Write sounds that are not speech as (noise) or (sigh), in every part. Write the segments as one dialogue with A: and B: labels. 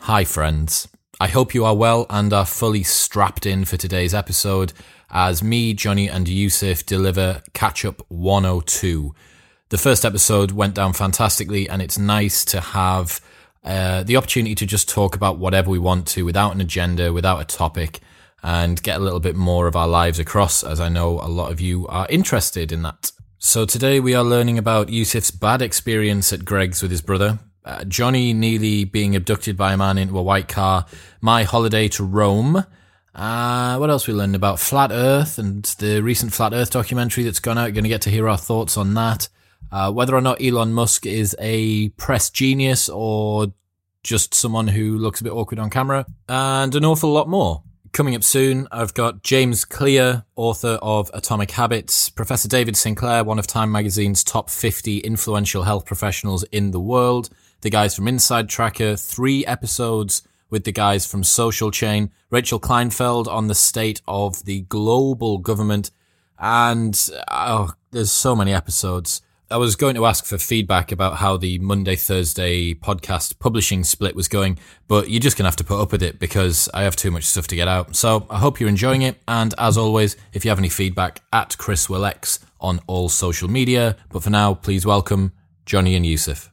A: Hi, friends. I hope you are well and are fully strapped in for today's episode as me, Johnny, and Yusuf deliver Catch Up 102. The first episode went down fantastically, and it's nice to have uh, the opportunity to just talk about whatever we want to without an agenda, without a topic, and get a little bit more of our lives across, as I know a lot of you are interested in that. So today we are learning about Yusuf's bad experience at Greg's with his brother, uh, Johnny Neely being abducted by a man into a white car, my holiday to Rome. Uh, what else we learned about flat Earth and the recent flat Earth documentary that's gone out. Going to get to hear our thoughts on that. Uh, whether or not Elon Musk is a press genius or just someone who looks a bit awkward on camera, and an awful lot more. Coming up soon, I've got James Clear, author of Atomic Habits, Professor David Sinclair, one of Time magazine's top 50 influential health professionals in the world, the guys from Inside Tracker, three episodes with the guys from Social Chain, Rachel Kleinfeld on the state of the global government, and oh, there's so many episodes. I was going to ask for feedback about how the Monday Thursday podcast publishing split was going, but you're just going to have to put up with it because I have too much stuff to get out. So I hope you're enjoying it. And as always, if you have any feedback, at Chris Willex on all social media. But for now, please welcome Johnny and Yusuf.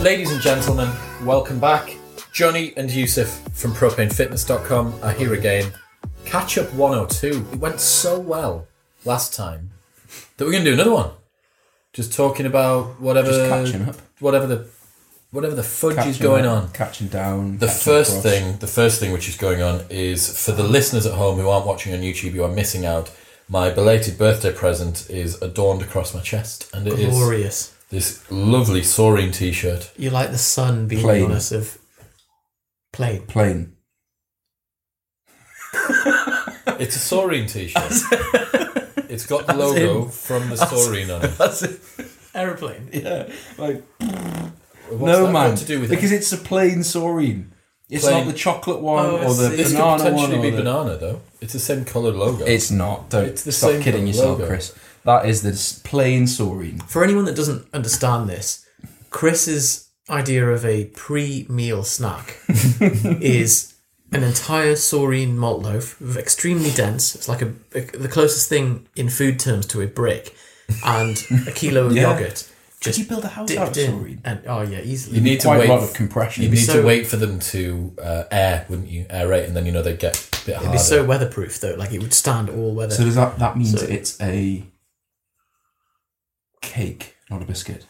A: Ladies and gentlemen, welcome back. Johnny and Yusuf from propanefitness.com are here again. Catch up 102. It went so well last time that we're going to do another one. Just talking about whatever
B: Just catching up.
A: whatever the whatever the fudge is
B: Catching
A: going
B: up,
A: on.
B: Catching down.
A: The
B: catching
A: first
B: across.
A: thing, the first thing which is going on is for the listeners at home who aren't watching on YouTube, you are missing out. My belated birthday present is adorned across my chest, and it is
C: glorious.
A: this lovely soaring T-shirt.
C: You like the sun being
B: Plain.
C: on us of plain.
B: Plain.
A: It's a soaring
B: (laughs)
A: T-shirt. it's got the logo
C: in-
A: from the soaring on it.
B: (laughs)
C: That's it. Aeroplane.
B: Yeah. Like
A: What's that
B: no
A: got
B: man.
A: to do with
B: because
A: it?
B: it's a plain saurine. It's
A: Plain.
B: not the chocolate one
C: Oh, I
B: or the
C: see.
A: This could
B: banana one.
A: potentially
B: or
A: be
B: the-
A: banana though. It's the same coloured logo.
B: It's not. Don't
A: It's the
B: stop
A: same
B: kidding yourself,
A: logo.
B: Chris. That is the s- plain saurine.
C: For anyone that doesn't understand this, Chris's idea of a pre-meal snack is an entire saurine malt loaf, extremely dense. It's like a, a- the closest thing in food terms to a brick, and a kilo of
B: Yeah.
C: yogurt.
B: Could
C: Just
B: you build a house out
C: dipped
B: of
C: in,
B: saurine?
C: and oh yeah, easily.
A: you need to
B: Quite
A: wait.
B: a lot of compression.
A: you need
C: so-
A: to wait for them to uh, air, wouldn't you? Aerate, and then you know they get a bit
C: It'd
A: harder.
C: be so weatherproof though, like it would stand all weather.
B: so does that that means
C: So-
B: it's a cake, not a biscuit?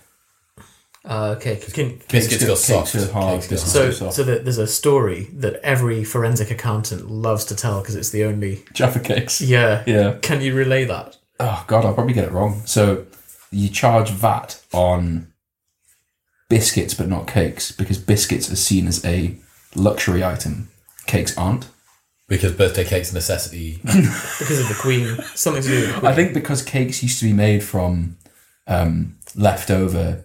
C: uh, okay, can,
A: Biscuits go soft.
B: Cakes are hard.
A: Cakes go
B: biscuits
C: So,
B: go soft.
C: so that there's a story that every forensic accountant loves to tell because it's the only.
B: Jaffa cakes.
C: Yeah.
B: Yeah.
C: Can you relay that?
B: oh god, I'll probably get it wrong. So you charge VAT on biscuits, but not cakes, because biscuits are seen as a luxury item. Cakes aren't.
A: because birthday cake's a
B: (laughs)
A: necessity.
C: Because of the Queen, something to do with the Queen.
B: I think because cakes used to be made from um, leftover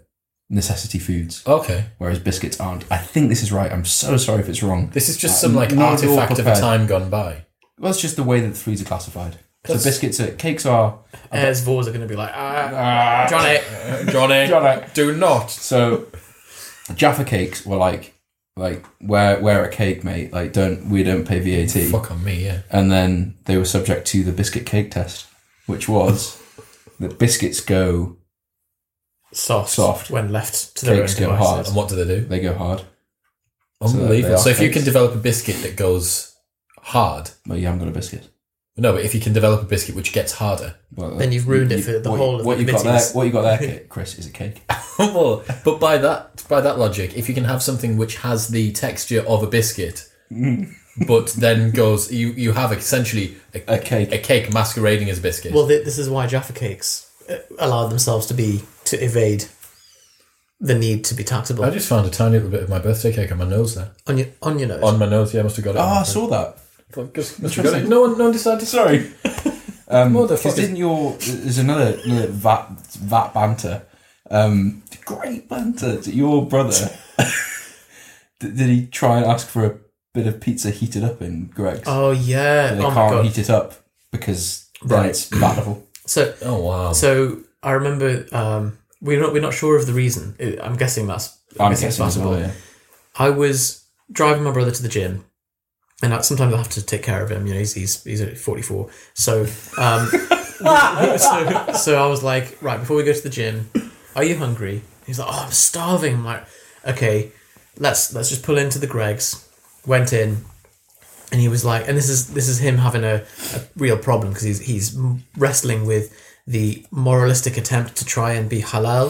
B: necessity foods,
A: okay,
B: whereas biscuits aren't. I think this is right. I'm so sorry if it's wrong.
A: this is just
B: Uh,
A: some like
B: not at all
A: artifact of a
B: prepared.
A: time gone
B: (laughs)
A: by.
B: Well, it's just the way that the foods are classified.
A: That's-
B: so biscuits are cakes are.
C: Heirs Vors are going to be like, ah,
B: Ah,
C: Johnny.
A: Uh, Johnny,
B: Johnny.
A: do not.
B: So Jaffa cakes were like like wear wear a cake, mate. Like don't we don't pay VAT.
A: Fuck on me, yeah.
B: And then they were subject to the biscuit cake test, which was that biscuits go
C: Soft.
B: Soft.
C: When left to their own
B: Cakes go
C: devices.
A: And what do they do?
B: they go hard. they
A: Unbelievable.
B: are
A: So, if you can
B: cakes.
A: develop a biscuit that goes hard,
B: Well, you haven't got a biscuit.
A: no, but if you can develop a biscuit which gets harder,
B: Well,
C: Then you've ruined it for the
B: what,
C: whole of
B: What
C: the
B: you got there?
C: committees.
B: What you got there, Kit- Chris? Is a cake.
A: well, but by that by that logic, if you can have something which has the texture of a biscuit, but then goes, you you have essentially a,
B: A cake.
C: (laughs)
A: a cake masquerading as a biscuit.
C: Well, th- this is why Jaffa Cakes uh, allow themselves to be, to evade the need to be taxable.
A: I just found a tiny little bit of my birthday cake on my nose there.
C: on, your, on your nose.
A: On my nose, yeah, I must have got it.
B: Oh, I
A: on
B: saw that.
A: my nose. Must have got it. No one, no one decided.
B: Sorry. Um,
A: Motherfuckers.
B: 'cause didn't your there's another, another vat vat banter, um, great banter. Your brother D- (laughs) did he try and ask for a bit of pizza heated up in Greg's?
C: Oh yeah.
B: And they
C: Oh my
B: can't
C: god.
B: heat it up because then
C: Right.
B: it's flammable.
C: So
A: Oh wow.
C: so I remember um, we're not we're not sure of the reason. I- I'm guessing that's
B: I'm
C: guessing it's
B: guessing as well.
C: flammable.
B: Yeah.
C: I was driving my brother to the gym, and I, sometimes I have to take care of him. You know, he's he's, he's only 44, so um, (laughs) so so I was like, right before we go to the gym, are you hungry? He's like, oh, I'm starving. I'm like, okay, let's let's just pull into the Greg's. Went in, and he was like, and this is this is him having a, a real problem because he's he's wrestling with the moralistic attempt to try and be halal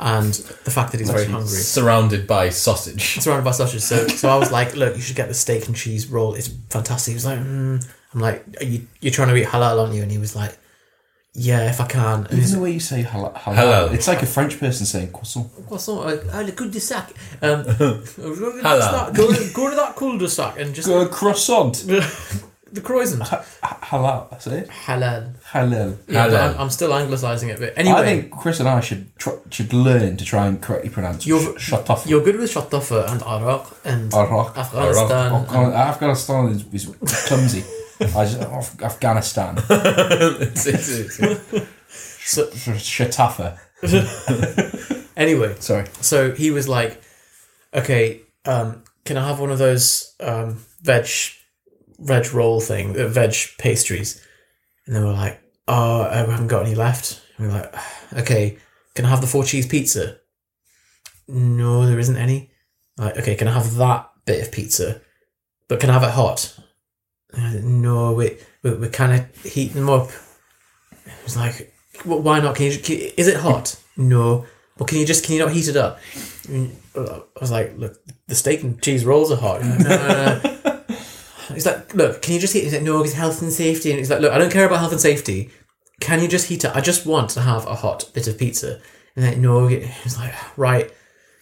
C: and the fact that he's very hungry
A: Surrounded by sausage.
C: surrounded by sausages. So, so I was like, look, you should get the steak and cheese roll. It's fantastic. He was like, mm. I'm like, Are you, you're trying to eat halal, aren't you? And he was like, yeah, if I can. And he's
B: Even the way you say halal, halal,
A: Hello.
B: it's like a French person saying croissant.
C: like, what's not? Like, oh, the cul-de-sac. Um, (laughs) go, to
A: Halal.
C: that- go, to- go to that cul-de-sac and just...
B: Uh, croissant.
C: (laughs) the croissant.
B: Ha- halal. That's it.
C: Halal.
B: Halal.
C: Yeah, but
A: Halal.
C: I'm, I'm still anglicising it. But anyway,
B: I think Chris and I should tr- should learn to try and correctly pronounce
C: You're-
B: sh- shut off.
C: you're good with shatafa and Iraq and
B: Iraq.
C: Afghanistan.
B: Afghan- Afghanistan is, is clumsy. (laughs) I just, Af- Afghanistan.
A: It's- it's- it's-
B: Sh- Shatafa.
C: Anyway,
B: Sorry.
C: So he was like, "Okay, um, can I have one of those um, veg veg roll thing, uh, veg pastries?" And they were like, "Oh, uh, we haven't got any left." And we were like, (sighs) "Okay, can I have the four cheese pizza?" No, there isn't any. Like, okay, can I have that bit of pizza? But can I have it hot? And I said, Uh, No, we we we're kind of heating them up. It was like, well, why not? Can you? Can, is it hot? no. Well, can you just can you not heat it up? And I was like, look, the steak and cheese rolls are hot. He's like, (laughs) no, no, no. He's like, look, can you just heat? it? He's like, no, it's health and safety. And he's like, look, I don't care about health and safety. Can you just heat it? I just want to have a hot bit of pizza. And then no, he's like, right,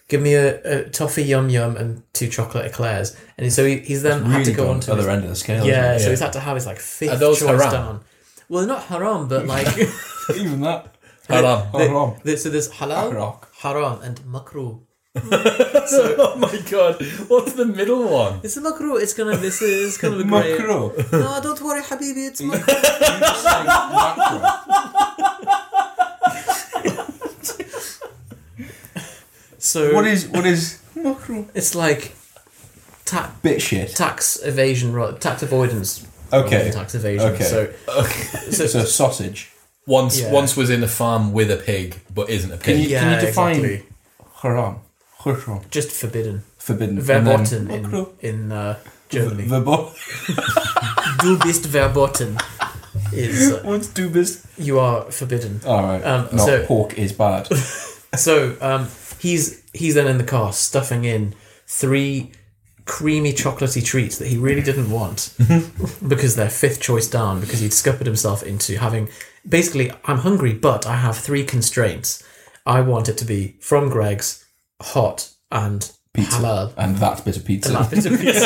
C: give me a, a toffee yum yum and two chocolate eclairs. And so he, he's then had to
B: Really
C: go
B: gone
C: on
B: to
C: to
B: the
C: his-
B: other end of the scale.
C: yeah, so
A: Yeah.
C: he's had to have his like fifth
A: Are those
C: choice
A: haram?
C: down. Well, they're not haram, but like
B: (laughs) isn't it? Even that.
A: Haram.
B: Oh, Haram.
C: th- so there's halal,
B: Haram.
C: haram, and makruh.
A: oh my god. What's the middle one?
C: It's a makruh. It's kind of this is kind of a grey.
B: Macro.
C: No, don't worry, habibi.
B: (laughs)
C: It's makruh. So
B: What is what is macro?
C: it's like ta-
B: Bit shit.
C: tax evasion, rather, tax avoidance. rather
B: Okay.
C: than tax evasion.
B: Okay.
C: So, (laughs) so,
B: So sausage.
A: Once
C: Yeah.
A: once was in a farm with a pig, but isn't a pig.
B: Can you
C: Yeah,
B: define
C: exactly.
B: haram? Haram.
C: just forbidden,
B: Forbidden.
C: verboten
B: And then-
C: in in uh, Germany.
B: Verbo-
C: du bist verboten
B: (laughs)
C: is uh,
B: What's do best?
C: you are forbidden.
B: All right.
C: Um,
B: Not
C: so-
B: pork is bad.
C: So um, he's he's then in the car stuffing in three creamy chocolatey treats that he really didn't want (laughs) because they're fifth choice down because he'd scuppered himself into having basically I'm hungry but I have three constraints. I want it to be from Greg's, hot and
B: Pizza.
C: halal.
B: And that bit of pizza.
C: Last bit of pizza. (laughs)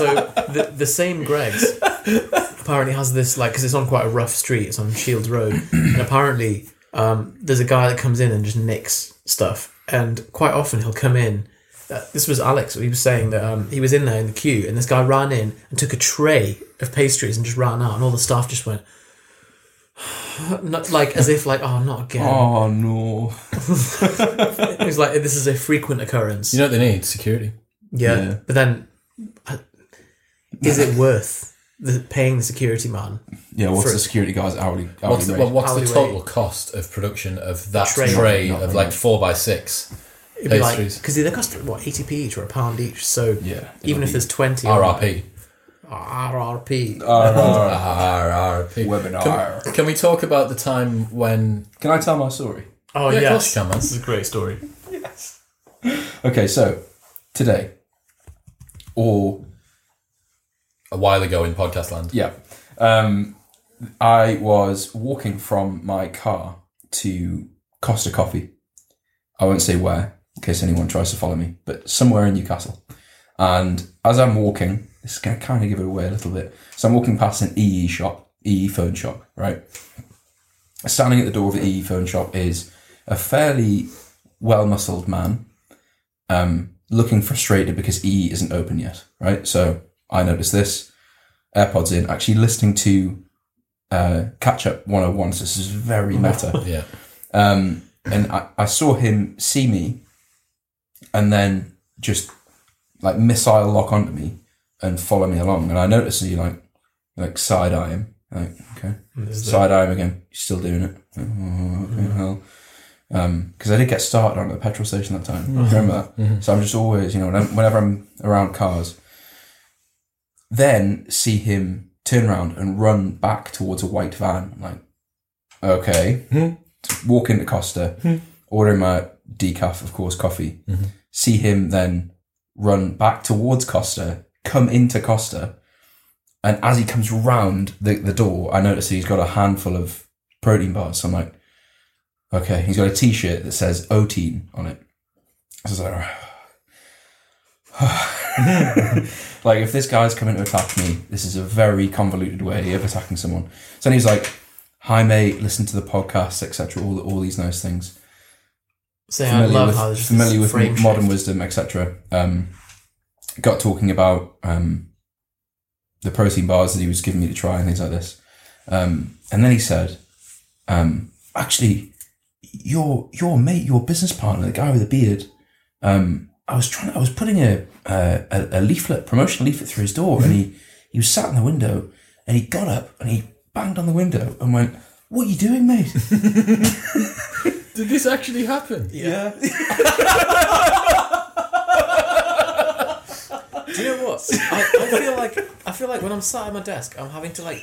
C: so the the same Greg's apparently has this like because it's on quite a rough street. It's on Shields Road, and apparently um, there's a guy that comes in and just nicks stuff. And quite often he'll come in. Uh, this was Alex. He was saying that um, he was in there in the queue, and this guy ran in and took a tray of pastries and just ran out, and all the staff just went. (sighs) Not like as if like oh not again.
B: Oh no.
C: It was like this is a frequent occurrence.
A: You know what they need? Security.
C: Yeah,
B: Yeah.
C: but then uh, is it worth the paying the security man?
B: Yeah, what's
C: For-
B: the security guard's hourly, hourly
A: What's the,
B: rate?
A: well, what's the
C: Alleyway.
A: total cost of production of that
C: Tray.
A: tray,
B: Not
A: of
B: very
A: like
B: much.
A: four by six
C: It'd be like
A: pastries?
C: because they cost what eighty p each or a pound each. So
B: yeah.
C: even if there's twenty on
A: RRP.
C: that- RRP,
B: Uh,
A: RRP.
B: Webinar.
A: Can, can we talk about the time when?
B: Can I tell my story?
C: oh
A: Yeah,
C: yeah,
A: of course you can, man.
C: this is a great story.
B: Okay, so today, or
A: A while ago in podcast land.
B: yeah, um, I was walking from my car to Costa Coffee. I won't say where in case anyone tries to follow me, but somewhere in Newcastle. And as I'm walking, this is going to kind of give it away a little bit. So I'm walking past an EE shop, EE phone shop, E right? Standing at the door of the EE phone shop is a fairly well muscled man, um, looking frustrated because E isn't open yet, right? So I noticed this. AirPods in, actually listening to uh, Catch Up 101. So this is very meta.
A: Yeah.
B: Um, and I, I saw him see me and then just like missile lock onto me and follow me along. And I noticed he like, like side eye him. Like, okay.
C: There's the-
B: Side eye him again. You're still doing it. Oh, okay, hell. Because I did get started on at the petrol station that time. Remember that? So I'm just always, you know, when I'm- whenever I'm around cars, then see him turn around and run back towards a white van. I'm like, okay. Walk into Costa, order my decaf, of course, coffee. See him then run back towards Costa, come into Costa. And as he comes round the, the door, I notice he's got a handful of protein bars. So I'm like, okay, he's got a t shirt that says Oteen on it. So I was like, like (sighs) if this guy's coming to attack me, this is a very convoluted way of attacking someone. So then he's like, "Hi mate, listen to the podcast, etc." All all these nice things.
C: saying I love how there's
B: familiar with
C: frame
B: modern
C: shift.
B: wisdom, etc. Um, got talking about um, the protein bars that he was giving me to try and things like this. Um, and then he said, um, "Actually, your your mate, your business partner, the guy with the beard." Um, I was trying. I was putting a, a a leaflet, promotional leaflet, through his door, and he he was sat in the window, and he got up and he banged on the window and went, "What are you doing, mate?"
A: Did this actually happen?
B: Yeah.
C: Do you know (laughs) what? I, I feel like I feel like when I'm sat at my desk, I'm having to like (laughs)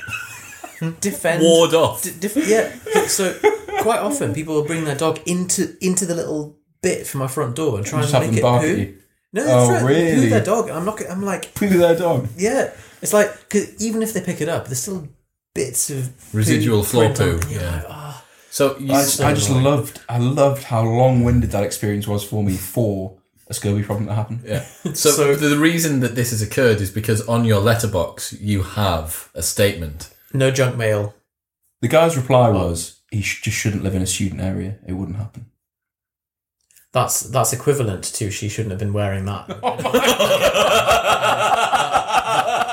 C: defend
A: Ward off.
C: D- diff- yeah. So quite often people will bring their dog into into the little bit from my front door and try
B: Just
C: and
B: have
C: make
B: them
C: it
B: bark
C: poo.
B: at you.
C: No,
B: Oh,
C: that's right. They
B: really?
C: Poo their dog. I'm not. I'm like,
B: Poo their dog.
C: yeah. It's like cause even if they pick it up, there's still bits of poo
A: Residual floor
C: print on-
A: poo,
C: You're
A: yeah.
C: like, "Ah."
A: So you,
B: I just, I just loved I loved how long winded that experience was for me for a Scobie problem that happened.
A: yeah. So,
C: So-
A: the the reason that this has occurred is because on your letterbox you have a statement.
C: No junk mail.
B: The guy's reply was he sh- just shouldn't live in a student area. It wouldn't happen.
C: That's that's equivalent to she shouldn't have been wearing that.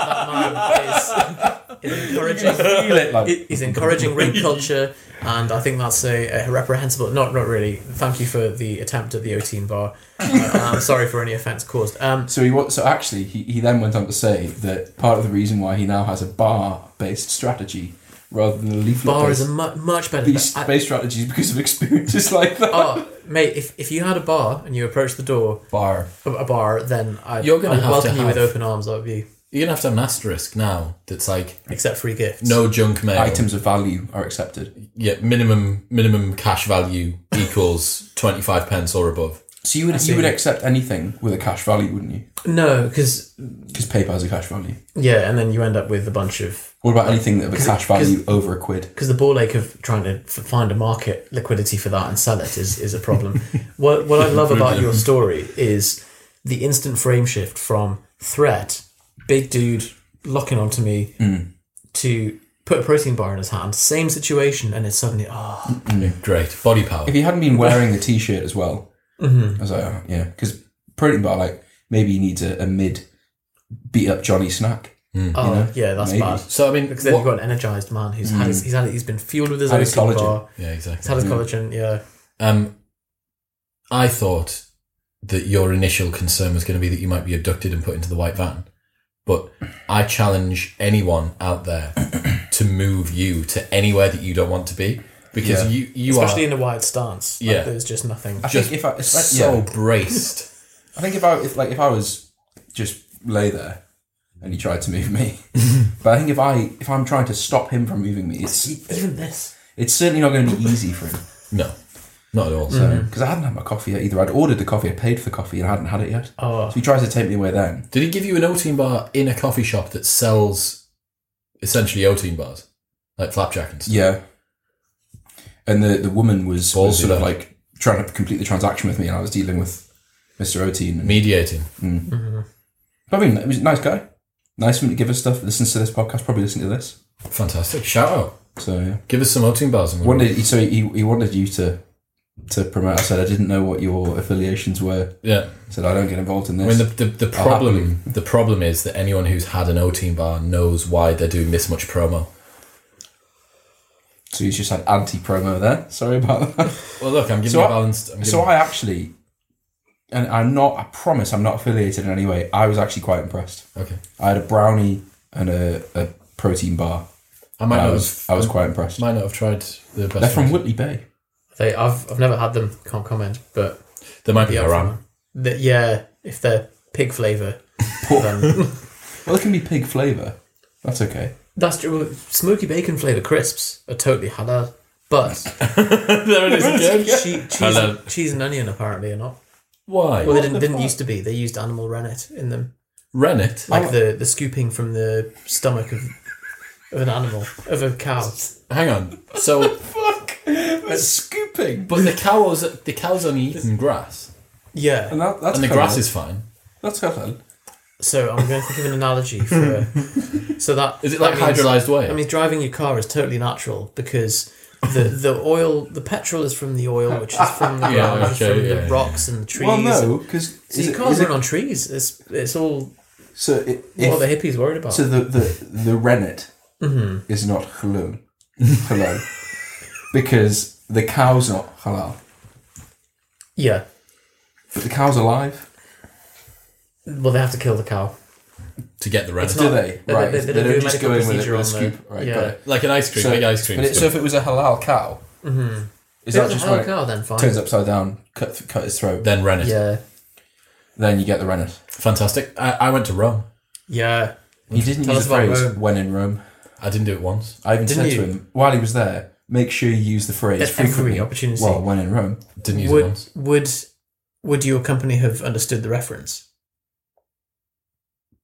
C: that man is,
A: (laughs)
C: is encouraging.
B: Feel it, like,
C: It is encouraging rape culture, and I think that's a, a reprehensible. Not not really. Thank you for the attempt at the Oteen bar.
A: (laughs)
C: Uh, I'm sorry for any offence caused. Um,
B: so he wa- so actually he, he then went on to say that part of the reason why he now has a bar based strategy rather than a leaflet
C: bar is
B: based,
C: a mu- much
B: (laughs)
C: better.
B: based,
C: I-
B: strategy is because of experiences like that.
C: oh, mate, if, if you had a bar and you approached the door
B: bar.
C: a, a bar, then I
A: You're gonna
C: I'd
A: have to
C: welcome you with
A: have-
C: open arms. That would be
A: You're gonna have to have an asterisk now that's like
C: accept free gifts.
A: no junk mail.
B: Items of value are accepted.
A: Yeah, minimum minimum cash value (laughs) equals twenty five pence or above.
B: So you would you
C: see.
B: would accept anything with a cash value, wouldn't you?
C: no, because
B: Because paper has a cash value.
C: yeah, and then you end up with a bunch of
B: What about anything that have a cash value over a quid?
C: because the ball ache of trying to f- find a market liquidity for that and sell it is, is a
A: (laughs)
C: problem. what, what I love about your story is the instant frame shift from threat, big dude locking onto me,
A: Mm.
C: to put a protein bar in his hand, same situation, and it's suddenly, oh,
A: Great body power.
B: If he hadn't been wearing the t-shirt as well, I was like, oh, yeah, because protein bar, like maybe he needs a, a mid beat up Johnny snack.
C: oh yeah, that's
B: maybe.
C: bad.
A: So I mean,
C: Because then
A: what-
C: you've got an energized man who's had his, he's had he's been fueled with his
B: Hmm. Had his
C: own
B: collagen. Hmm.
C: bar.
A: yeah,
C: He's
A: exactly.
C: had his collagen, yeah.
A: Um, I thought that your initial concern was going to be that you might be abducted and put into the white van, but I challenge anyone out there (clears throat) to move you to anywhere that you don't want to be because
B: Yeah.
A: you you
C: Especially
A: are
C: in a wide stance. Like,
A: Yeah.
C: there's just nothing.
B: I
A: Just
B: think if I, if I-
A: so
B: yeah,
A: braced.
B: I think if I if like if I was just lay there and he tried to move (laughs) me, but I think if I if I'm trying to stop him from moving me, it's
C: Even this.
B: it's certainly not going to be easy for him.
A: No, not at all. So
C: Mm-hmm.
B: Because I hadn't had my coffee yet either. I'd ordered the coffee, I paid for coffee, and I hadn't had it yet.
C: Oh.
B: So he tries to take me away then.
A: Did he give you an Oteen bar in a coffee shop that sells essentially Oteen bars, like flapjack and stuff?
B: Yeah. And the, the woman was, was
A: Ballsy.
B: sort of like trying to complete the transaction with me, and I was dealing with Mr. O'Teen. And,
A: Mediating.
B: but I mean, it was a nice guy. Nice of him to give us stuff. Listens to this podcast, probably listen to this.
A: Fantastic. Shout out.
B: So yeah.
A: Give us some Oteen bars and we'll
B: Wanted, so he, he wanted you to to promote. I said I didn't know what your affiliations were.
A: Yeah.
B: I said I don't get involved in
A: I mean,
B: this.
A: the, the, the problem the problem is that anyone who's had an O Team bar knows why they're doing this much promo.
B: so you just had anti promo there. Sorry about
A: (laughs)
B: that.
A: Well, look, I'm giving
B: So
A: you a
B: I-
A: balanced. I'm
B: So
A: giving-
B: I actually, and I'm not. I promise, I'm not affiliated in any way. I was actually quite impressed.
A: okay.
B: I had a brownie and a, a protein bar.
A: (laughs) I might
B: I
A: not
B: was
A: have.
B: I was quite impressed.
A: might not have tried the best.
B: They're from
A: ones.
B: Whitley Bay.
C: They, I've, I've never had them. Can't comment, but
A: There might be
C: Yeah,
A: haram.
C: that yeah, if they're pig flavour, then
B: (laughs) Well, it can be pig flavour. That's okay.
C: that's true. Well, Smoky bacon flavour crisps are totally halal,
B: (laughs)
C: but
A: (laughs) there it is again.
C: che- cheese,
A: Halal.
C: cheese and onion apparently are not.
A: Why?
C: Well, they
B: What
C: didn't,
B: the
C: didn't
B: fuck?
C: used to be. They used animal rennet in them,
A: Rennet.
C: like the, the scooping from the stomach of of an animal of a
B: (laughs)
C: cow.
A: Hang on. So,
B: Fuck! That's scooping.
A: but the cows the cows only eating grass,
C: Yeah.
B: And that, that's
A: and the
B: halal.
A: grass is fine.
B: that's halal.
C: So I'm going to think of an analogy for. So that
A: Is it like
C: that means-
A: hydrolyzed whey?
C: I mean, driving your car is totally natural because the the oil, the petrol is from the oil, which is from the
A: Yeah,
C: ground, and
A: okay,
C: from
A: yeah,
C: the
A: yeah.
C: rocks and the trees.
B: Well, no, because
C: So you can't run on trees. It's it's all
B: So it,
C: what
B: if,
C: are the hippies worried about.
B: so the the the rennet
C: Mm-hmm.
B: is not halal, (laughs) halal, because the cow's not halal,
C: yeah.
B: but the cow's alive.
C: Well, they have to kill the cow.
A: to get the rennet.
B: Do
C: not-
B: they?
C: they-
B: right.
C: they- they don't do a
B: just
C: medical
B: go in with
C: procedure
B: a, with a
C: on the-
B: scoop. right.
C: yeah.
B: Got it.
A: Like an ice cream,
B: So-
A: big ice cream.
B: But it, so
A: spoon.
B: if it was a halal cow, is
C: If
B: that
C: it's
B: just
C: a halal
B: when it
C: cow, then fine.
B: turns upside down, cut cut his throat,
A: then rennet.
C: Yeah,
B: then you get the rennet?
A: Fantastic. I, I went to Rome.
C: yeah.
B: He didn't
C: Tell
B: use
C: us
B: the
C: about
B: phrase
C: Rome.
B: "when in Rome."
A: I didn't do it once.
B: I even
C: Didn't
B: said
C: you?
B: to him while he was there, make sure you use the phrase
C: At every
B: frequently.
C: opportunity.
B: Well, when in Rome,
A: Didn't use it
C: Would
A: once.
C: would would your company have understood the reference?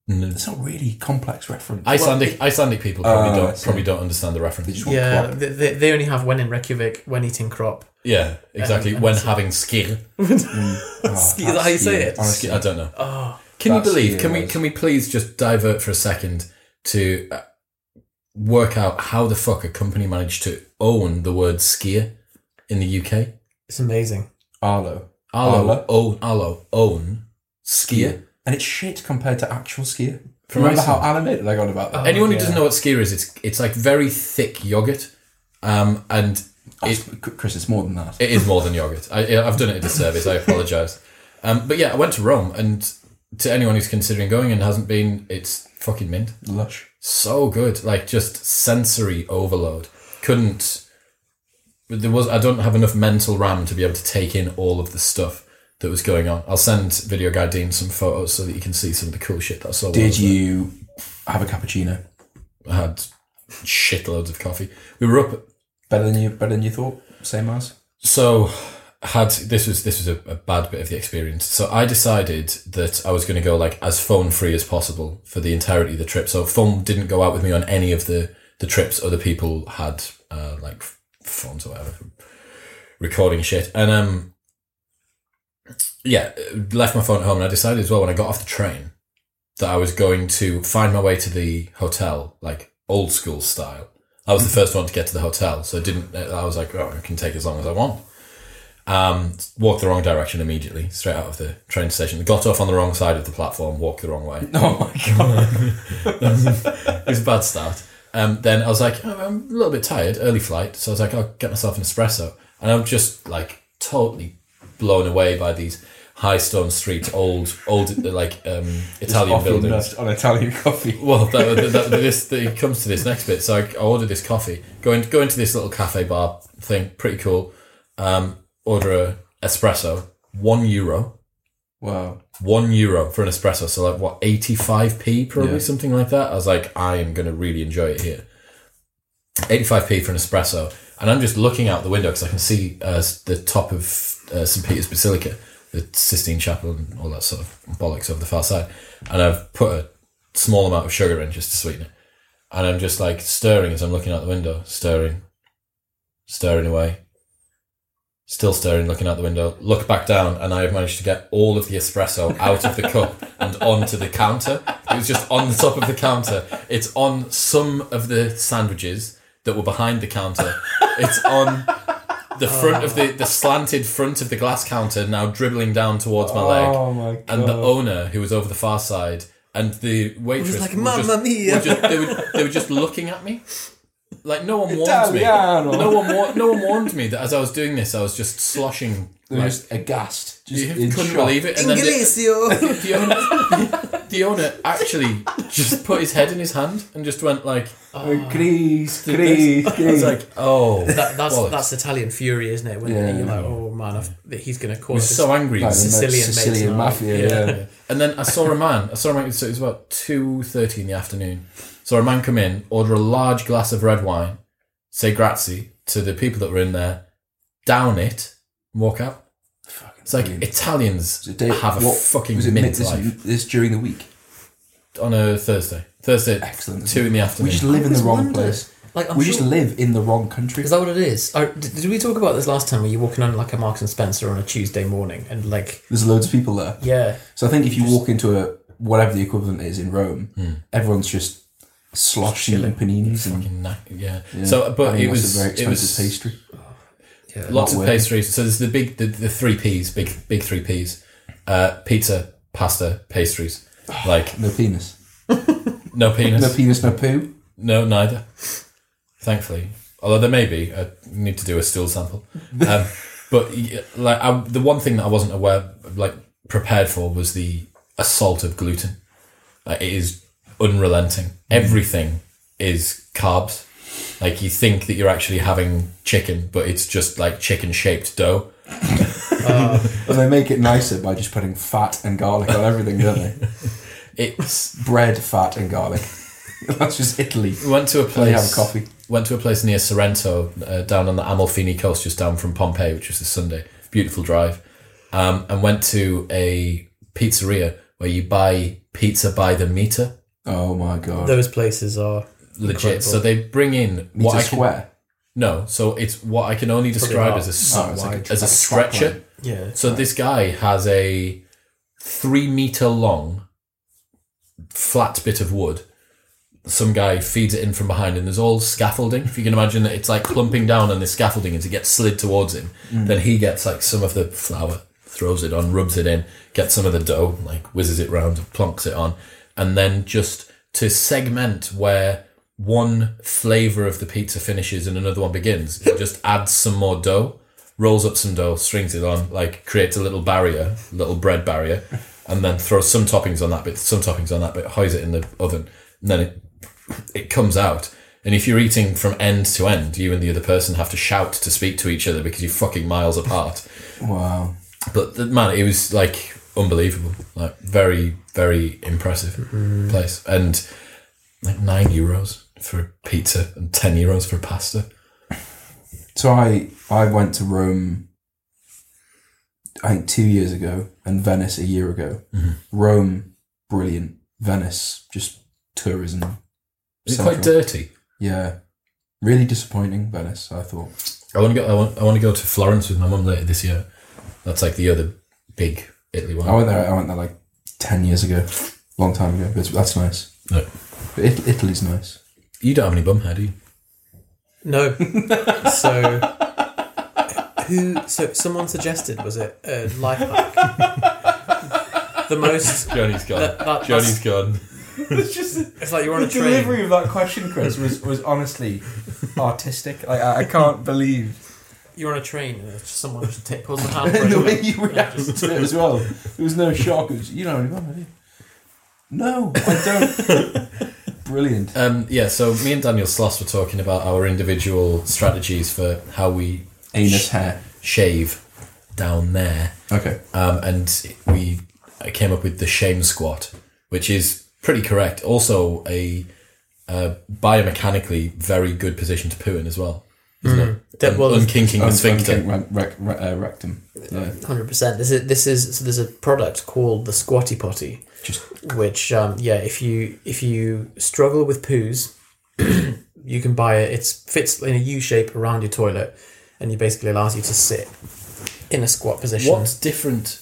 A: No.
B: it's not really complex
C: (laughs)
B: reference.
A: Mm. Icelandic Icelandic people probably
B: Oh, I
A: don't
B: see.
A: probably don't understand the
B: They just
A: reference.
B: want
C: Yeah,
B: crop.
C: they, they, they only have when in Reykjavik, when eating crop.
A: Yeah, exactly.
C: Um,
A: when
C: and-
A: having skir,
B: Oh,
C: Ski- is that how you say
B: yeah,
C: it?
B: honestly,
A: skir, I don't know.
C: (laughs) Oh,
A: Can
B: That's
A: you believe?
B: the
A: Can we
B: amazing-
A: can we please just divert for a second to uh, work out how the fuck a company managed to own the word skier in the UK?
C: it's amazing.
B: Arlo.
A: Arlo
B: Arlo.
A: own Arlo own skier.
B: And it's shit compared to actual skier.
A: From
B: Remember
A: Iceland.
B: how animated I got about that?
A: Anyone who
C: yeah.
A: doesn't know what skier is, it's it's like very thick yogurt, um, and
C: Oh.
A: it,
B: Chris, it's more than that.
A: It is more than yogurt. I, I've done it a disservice. I apologise. Um, but yeah, I went to Rome, and to anyone who's considering going and hasn't been, it's fucking mint.
B: Lush.
A: So good, like just sensory overload. Couldn't. There was. I don't have enough mental RAM to be able to take in all of the stuff that was going on. I'll send video guy Dean some photos so that you can see some of the cool shit that I saw. while I
B: Did
A: was
B: you have a cappuccino?
A: there. I had shitloads of coffee. We were up
B: Better than you. Better than you thought. Same as. (laughs)
A: So had this was this was a, a bad bit of the experience. So I decided that I was going to go like as phone free as possible for the entirety of the trip. So phone didn't go out with me on any of the the trips. Other people had uh, like f- phones or whatever, for recording shit. And um, yeah, left my phone at home. And I decided as well when I got off the train that I was going to find my way to the hotel like old school style. I was the first one to get to the hotel, so it didn't. I was like, oh, I can take as long as I want. Um, walked the wrong direction immediately, straight out of the train station. Got off on the wrong side of the platform, walked the wrong
B: (laughs)
A: way.
B: Oh my god.
A: It
C: (laughs)
A: was a bad start. Um, then I was like, oh, I'm a little bit tired, early flight. So I was like, I'll get myself an espresso. And I'm just like totally blown away by these high stone streets, old, old, like um, Italian
B: Coffee
A: buildings.
B: nut on Italian coffee.
A: Well, that, that, that, this it comes to this next bit. So I, I ordered this coffee. Go in, go into this little cafe bar thing. Pretty cool. Um, order a espresso. One euro.
B: Wow.
A: One euro for an espresso. So like what eighty five p probably
B: Yeah.
A: something like that. I was like, I am going to really enjoy it here. Eighty five p for an espresso, and I'm just looking out the window because I can see uh, s- the top of uh, St Peter's Basilica, the Sistine Chapel, and all that sort of bollocks over the far side. And I've put a small amount of sugar in just to sweeten it. And I'm just like stirring as I'm looking out the window, stirring, stirring away, still stirring, looking out the window. Look back down, and I have managed to get all of the espresso out of the cup and onto the counter. It was just on the top of the counter. It's on some of the sandwiches that were behind the counter. It's on the front of the, the slanted front of the glass counter now dribbling down towards my leg.
B: Oh my god!
A: and the owner who was over the far side and the waitress
C: like,
A: were just-
C: "Mamma mia."
A: were just- they, were, they were just looking at me like no one warned me
B: Italiano.
A: no one wa- no one warned me that as I was doing this I was just sloshing
B: They were
A: like,
B: just aghast. Just
A: you
B: in
A: couldn't
B: shock.
A: believe it and then the,
C: Inglesio.
A: the owner the owner actually just put his head in his hand and just went like
B: Oh, Greece,
A: did this. (laughs)
B: Greece,
A: I was
B: Greece.
A: like oh
C: (laughs) That, that's
A: bollocks.
C: that's Italian fury, isn't it? When
B: Yeah.
C: you're like, oh man, I've, that he's going to
A: I was
C: cause
A: so angry
B: Like the
C: Sicilian mates
B: Sicilian
C: and all.
B: mafia. Yeah.
A: Yeah. And then I saw a man. I saw a man. So it was about two thirty in the afternoon. Saw a man come in, order a large glass of red wine, say grazie to the people that were in there, down it, and walk out. It's like
B: brilliant.
A: Italians
B: Mm. So Dave,
A: have a
B: what-
A: fucking
B: was it
A: minute
B: this,
A: life
B: this during the week.
A: on a Thursday. Thursday, at
B: Excellent.
A: two in the
B: We
A: afternoon.
B: just live in the
C: always
B: wrong
C: wondered.
B: place.
C: like, I'm
B: we
C: sure-
B: just live in the wrong country.
C: Is that what it is? Or, did, did we talk about this last time? Where you're walking on like a Marks and Spencer on a Tuesday morning, and like,
B: There's loads of people there.
C: yeah,
B: So I think if you walk into a whatever the equivalent is in Rome, everyone's just sloshing and paninis and
A: Hmm. Fucking na- yeah.
B: yeah,
A: So, but
B: having
A: it
B: lots of
A: was
B: very
A: it
B: expensive
A: was
B: pastry.
C: yeah.
A: lots
B: Not
A: of
B: working.
A: pastries. So there's the big the, the three P's, big big three P's, uh, pizza, pasta,
B: (sighs)
A: pastries. Like
B: No penis.
A: no penis.
B: No penis. No poo.
A: No, neither. Thankfully, although there may be, I need to do a still sample.
B: (laughs)
A: Um, but yeah, like I, the one thing that I wasn't aware, like prepared for, was the assault of gluten. Like it is unrelenting.
B: Mm-hmm.
A: Everything is carbs. Like you think that you're actually having chicken, but it's just like chicken shaped dough.
B: And they make it nicer by just putting fat and garlic on everything,
A: (laughs)
B: don't they?
A: It's
B: Bread, fat, and garlic. (laughs) That's just Italy.
A: we went
B: (laughs)
A: to a
B: They
A: place.
B: have coffee.
A: went to a place near Sorrento, uh, down on the Amalfini coast, just down from Pompeii, which was the Sunday. Beautiful drive. Um, and went to a pizzeria where you buy pizza by the meter,
B: Oh my god.
C: those places are
A: legit.
C: Incredible.
A: So they bring in
B: Meter
A: what I can,
B: square.
A: no. So it's what I can only describe
C: not.
A: as a s-
B: Oh, it's like a-
A: as a
B: like a strap
A: stretcher.
B: line.
C: yeah.
A: So this guy has a three meter long flat bit of wood. Some guy feeds it in from behind, and there's all scaffolding. If you can imagine that it's like clumping down on this scaffolding as it gets slid towards him, then he gets like some of the flour, throws it on, rubs it in, gets some of the dough, like whizzes it round, plonks it on, and then just to segment where one flavor of the pizza finishes and another one begins, it just adds some more dough rolls up some dough, strings it on, like creates a little barrier, little bread barrier, and then throws some toppings on that bit, some toppings on that bit, hides it in the oven, and then it it comes out. And if you're eating from end to end, you and the other person have to shout to speak to each other because you're fucking miles apart.
B: Wow.
A: But the, man, it was like unbelievable, like very very impressive
B: Mm-hmm.
A: place, and like nine euros for pizza and ten euros for pasta.
B: So I I went to Rome. I think two years ago, and Venice a year ago.
A: Mm-hmm.
B: Rome, brilliant. Venice, just tourism.
A: It's
B: central.
A: quite dirty.
B: yeah, really disappointing. Venice, I thought.
A: I want to go. I want. I want to go to Florence with my mum later this year. That's like the other big Italy one.
B: I went there. I went there like ten years ago, long time ago. But that's nice.
A: No.
B: But it, Italy's nice.
A: You don't have any bum hair, do you?
C: No. so who? So someone suggested was it a life hack? the most.
A: Johnny's gone.
C: That, that,
A: Johnny's
C: that's,
A: gone.
B: (laughs) It's just
C: it's like you're on a
B: the
C: train.
B: delivery of that question, Chris, was was honestly artistic. Like I, I can't believe
C: You're on a train, and it's just someone just t- pulls the
B: And (laughs) the way
C: handbrake.
B: you reacted to it as well. There was no shock. It was, you don't have any mum, do you? No, I don't. (laughs) Brilliant.
A: Um, yeah. So me and Daniel Sloss were talking about our individual strategies for how we Anus
B: hair.
A: shave down there,
B: Okay.
A: um, and we I came up with the shame squat, which is pretty correct. Also a uh, biomechanically very good position to poo in as well,
B: Hmm.
A: isn't it?
C: Hmm. That-
B: Um,
A: Un-
C: well,
A: unkinking the sphincter.
B: Rec, rec, re- uh, rectum. Yeah.
C: Hundred percent. This is this is so there's a product called the Squatty Potty,
B: Just
C: which um, yeah, if you if you struggle with poos, (clears throat) you can buy it. It fits in a U shape around your toilet, and it basically allows you to sit in a squat position.
A: What's different?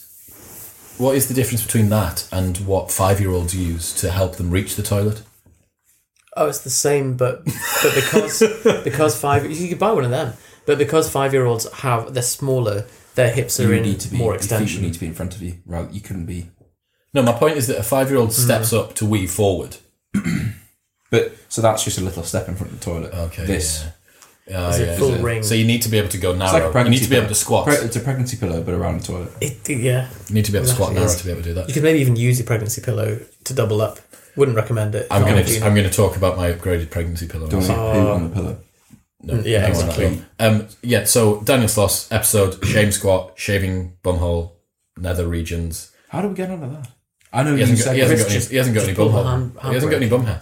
A: What is the difference between that and what five-year-olds use to help them reach the toilet?
C: oh, it's the same, but but
B: (laughs)
C: because because five you could buy one of them, but because five year olds have they're smaller, their hips are
B: you
C: in
B: need to be
C: more
B: your feet
C: extension.
B: need to be in front of you. Right, you couldn't be.
A: No, my point is that a five year old
C: Hmm.
A: steps up to weave forward.
B: But so that's just a little step in front of the toilet.
A: Okay,
B: This
A: Yeah,
C: It's a
A: yeah,
C: full
A: yeah.
C: ring.
A: So you need to be able to go narrow. you need to be able to squat.
B: Pre- it's a pregnancy pillow, but around the toilet.
C: It, yeah,
A: you need to be able to squat
C: Exactly.
A: narrow to be able to do that.
C: you could maybe even use your pregnancy pillow to double up. Wouldn't recommend it.
A: I'm
C: Not
A: gonna
C: if you-
A: I'm gonna talk about my upgraded pregnancy pillow. in a
B: Don't
A: second.
B: want to poop on the pillow.
A: No,
C: Yeah,
A: no, we're not
C: exactly.
A: doing- Um, yeah, so Daniel Sloss episode (clears throat) shame squat, shaving bumhole, nether regions.
B: How do we get on to that? I know
A: He
B: you
A: hasn't got,
B: said
A: he hasn't got
B: Chris
A: any.
B: just-
A: He hasn't got any
C: pull
A: bum
C: the
A: hole.
C: hand-
A: He hasn't got any bum hair.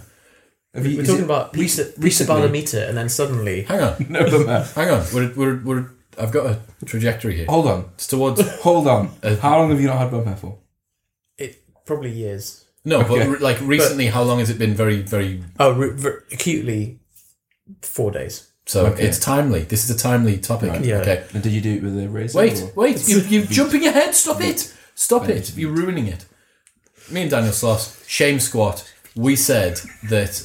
B: have you-
C: We're
B: is
C: talking
B: it
C: about
B: rec-
C: pizza, pizza
B: recently.
C: Balometer, and then suddenly
A: Hang on,
B: (laughs) No, but, uh,
A: hang on. We're we're, we're I've got a trajectory here.
B: Hold on,
A: It's towards
B: hold on.
C: Uh,
B: How long have you not had bum hair for?
C: it probably years.
A: no,
B: Okay.
A: but re- like recently, how long has it been? Very very.
C: Oh, re- ver- acutely, four days.
A: So
B: Okay.
A: it's timely. This is a timely topic.
B: Right.
C: Yeah.
A: Okay.
B: And did you do it with a razor?
A: Wait,
B: or-
A: wait. You, you're jumping ahead. Stop it. Stop it. You're ruining it. Me and Daniel Sloss, shame squat. We said that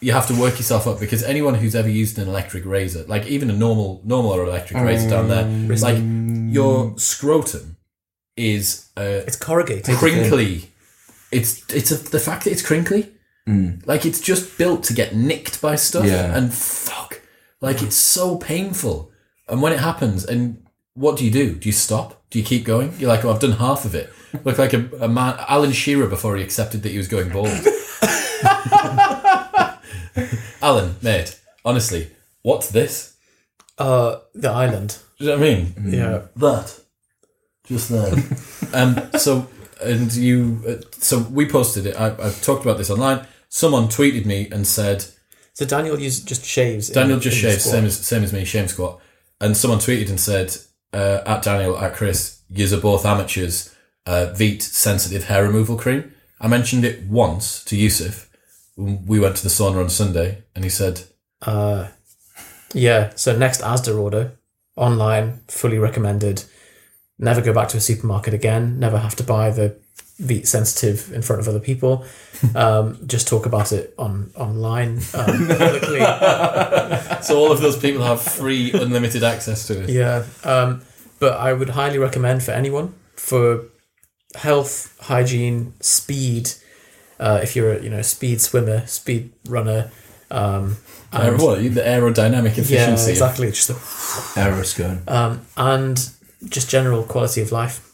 A: you have to work yourself up because anyone who's ever used an electric razor, like even a normal, normal or electric razor down there, it's like your scrotum is a
C: It's corrugated.
A: crinkly. It's it's a, the fact that it's crinkly. Like it's just built to get nicked by stuff
B: Yeah.
A: and fuck. Like it's so painful. And when it happens, and what do you do? Do you stop? Do you keep going? You're like, oh, I've done half of it. Look like a, a man, Alan Shearer before he accepted that he was going bald. Alan, mate, honestly, what's this?
C: Uh, the island.
A: Do you know what I mean?
C: Yeah.
A: that just there. (laughs) um, so and you, uh, so we posted it. I, I talked about this online. Someone tweeted me and said
C: So Daniel used just shaves. in-
A: Daniel just
C: in the
A: shaves
C: squat.
A: same as same as me shame squat. And someone tweeted and said uh, at Daniel at Chris, yous are both amateurs. Uh, Veet sensitive hair removal cream. I mentioned it once to Yusuf. when We went to the sauna on Sunday, and he
C: (laughs)
A: said,
C: Uh, yeah. So next Asda order, online, fully recommended. Never go back to a supermarket again. Never have to buy the beat sensitive in front of other people. Um, just talk about it on online um, publicly.
A: "So all of those people have free, unlimited access to it."
C: Yeah, um, but I would highly recommend for anyone for health, hygiene, speed. Uh, if you're a you know speed swimmer, speed runner, um,
A: Uh,
C: and,
A: what the aerodynamic
C: yeah,
A: efficiency of
C: exactly, just the-
B: Error's going.
C: um, and just general quality of life.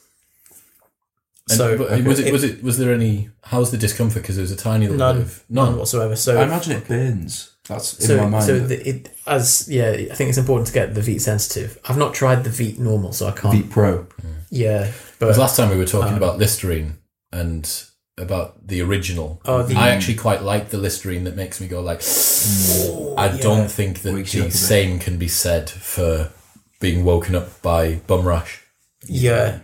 A: And
C: So
A: but was it was it was there any? How's the discomfort? Because it was a tiny little
C: none,
A: bit of none.
C: whatsoever. So
B: I imagine it burns. That's in
C: so
B: my mind.
C: so the, it as yeah, I think it's important to get the Veet sensitive. I've not tried the Veet normal, so I can't.
B: Beat Pro.
C: Yeah,
A: Because
C: but
A: last time we were talking about Listerine and about the original.
C: Oh, the-
A: I actually quite like the Listerine that makes me go like. I don't think that
B: Wakes you up
A: the
B: a bit.
A: same can be said for being woken up by bum rash.
C: Yeah.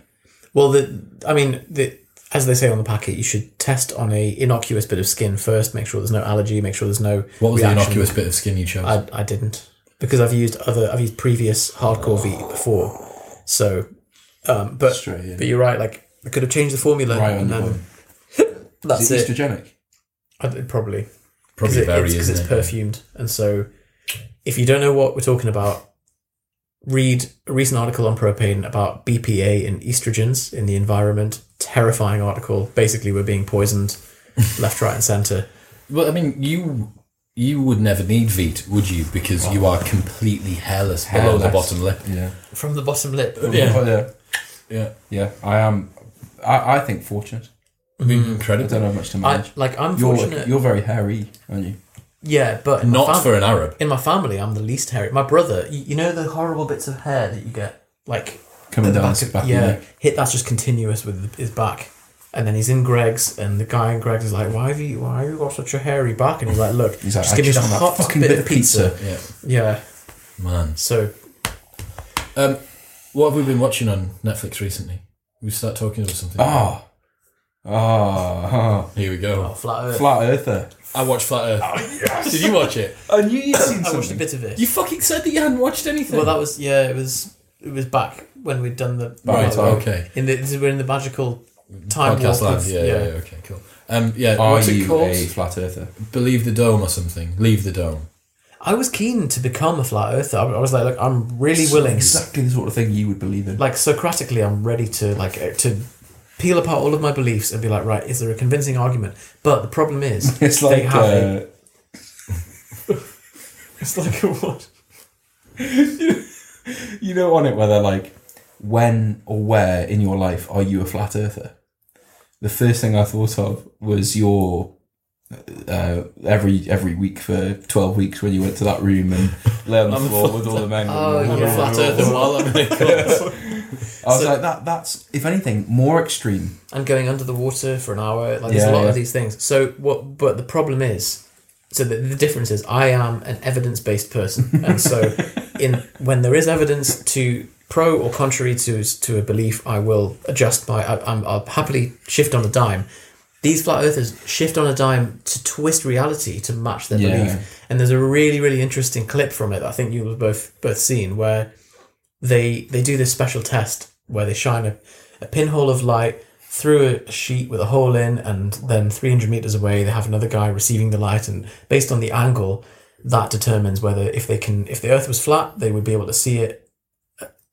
C: Well, the I mean, the as they say on the packet, you should test on a innocuous bit of skin first. Make sure there's no allergy. Make sure there's no.
A: What was
C: reaction.
A: the innocuous bit of skin you chose?
C: I, I didn't because I've used other I've used previous hardcore V before, so. Um, but
B: Straight in.
C: but you're right. Like I could have changed the formula,
B: Right on
C: and
B: the
C: then
B: bottom.
C: that's
B: Is it
C: it.
B: estrogenic?
C: I did- probably because
A: Probably very
C: it's, 'cause
A: isn't
C: it's
A: it?
C: perfumed, and so if you don't know what we're talking about. Read a recent article on propane about BPA and estrogens in the environment. Terrifying article. Basically, we're being (laughs) poisoned left, right, and centre.
A: Well, I mean, you you would never need Veet, would you? Because you are completely hairless, below the
B: Hairless.
A: bottom lip.
B: Yeah.
C: From the bottom lip.
A: Yeah.
B: Oh, yeah.
A: Yeah,
B: Yeah. I am. I, I think fortunate.
A: I mean,
B: I
A: incredible.
B: don't have much to manage.
C: I, like, I'm
B: you're
C: fortunate.
B: you're very hairy, aren't you?
C: yeah, but in my,
A: Not
C: fam-
A: for an Arab.
C: in my family, I'm the least hairy. My brother, you, you know the horrible bits of hair that you get? Like,
B: Coming
C: at the
B: down
C: back
B: the
C: of-
B: back of your
C: yeah,
B: neck.
C: hit that's just continuous with his back, and then he's in Greg's, and the guy in Greg's is like, "Why have you, why have you got such a hairy back?" And he's like, "Look,
B: He's like,
C: just
B: "I
C: give me
B: just
C: the
B: want that
C: hot
B: fucking
C: bit, of pizza.
A: Yeah,
C: Yeah.
A: man.
C: So
A: Um, what have we been watching on Netflix recently? We start talking about something.
B: Ah.
A: (laughs)
B: Ah.
A: Here we
C: oh,
A: go.
C: flat earth.
B: Flat Earther.
A: I watched Flat Earth.
B: Oh,
A: Did you watch it?
B: I knew you'd seen
C: I watched a
B: something.
C: bit of it.
A: You fucking said that you hadn't watched anything.
C: Well, that was yeah. It was it was back when we'd done the
A: right.
B: Right.
A: Okay.
C: in the this is- we're in the magical time
A: podcast
C: warp
A: live.
C: of-
A: Yeah, yeah, yeah, Okay, cool. Um, yeah.
B: Are
A: what's it
B: you
A: called?
B: a flat earther?
A: Believe the dome or something. Leave the dome.
C: I was keen to become a flat earther. I I was like, look, I'm really willing.
B: Exactly the sort of thing you would believe in.
C: Like Socratically, I'm ready to like uh, to peel apart all of my beliefs and be like, right, is there a convincing argument? But the problem
B: (laughs)
C: is,
B: it's like
C: they have a-
B: uh,
C: (laughs)
B: (laughs)
C: it's like a what? (laughs)
B: you know on it where they're like, when or where in your life are you a flat earther? The first thing I thought of was your uh, every every week for twelve weeks when you went to that room and (laughs) lay on the
A: I'm a
B: floor
A: flat-
B: with all the men.
C: Oh,
B: and-
A: I'm a
C: Yeah.
A: flat earther while I'm in
B: (laughs)
A: a cult.
B: I was
C: So-
B: like that. That's if anything more extreme.
C: and going under the water for an hour. Like there's
B: Yeah,
C: a lot
B: yeah.
C: of these things. So what? But the problem is, so the, the difference is, I am an evidence based
B: (laughs)
C: person, and so in when there is evidence to pro or contrary to to a belief, I will adjust my. I, I'm, I'll happily shift on a dime. These flat earthers shift on a dime to twist reality to match their
B: Yeah.
C: belief, and there's a really really interesting clip from it that I think you have both both seen where they they do this special test where they shine a, a pinhole of light through a sheet with a hole in and then 300 meters away they have another guy receiving the light and based on the angle that determines whether if they can if the earth was flat they would be able to see it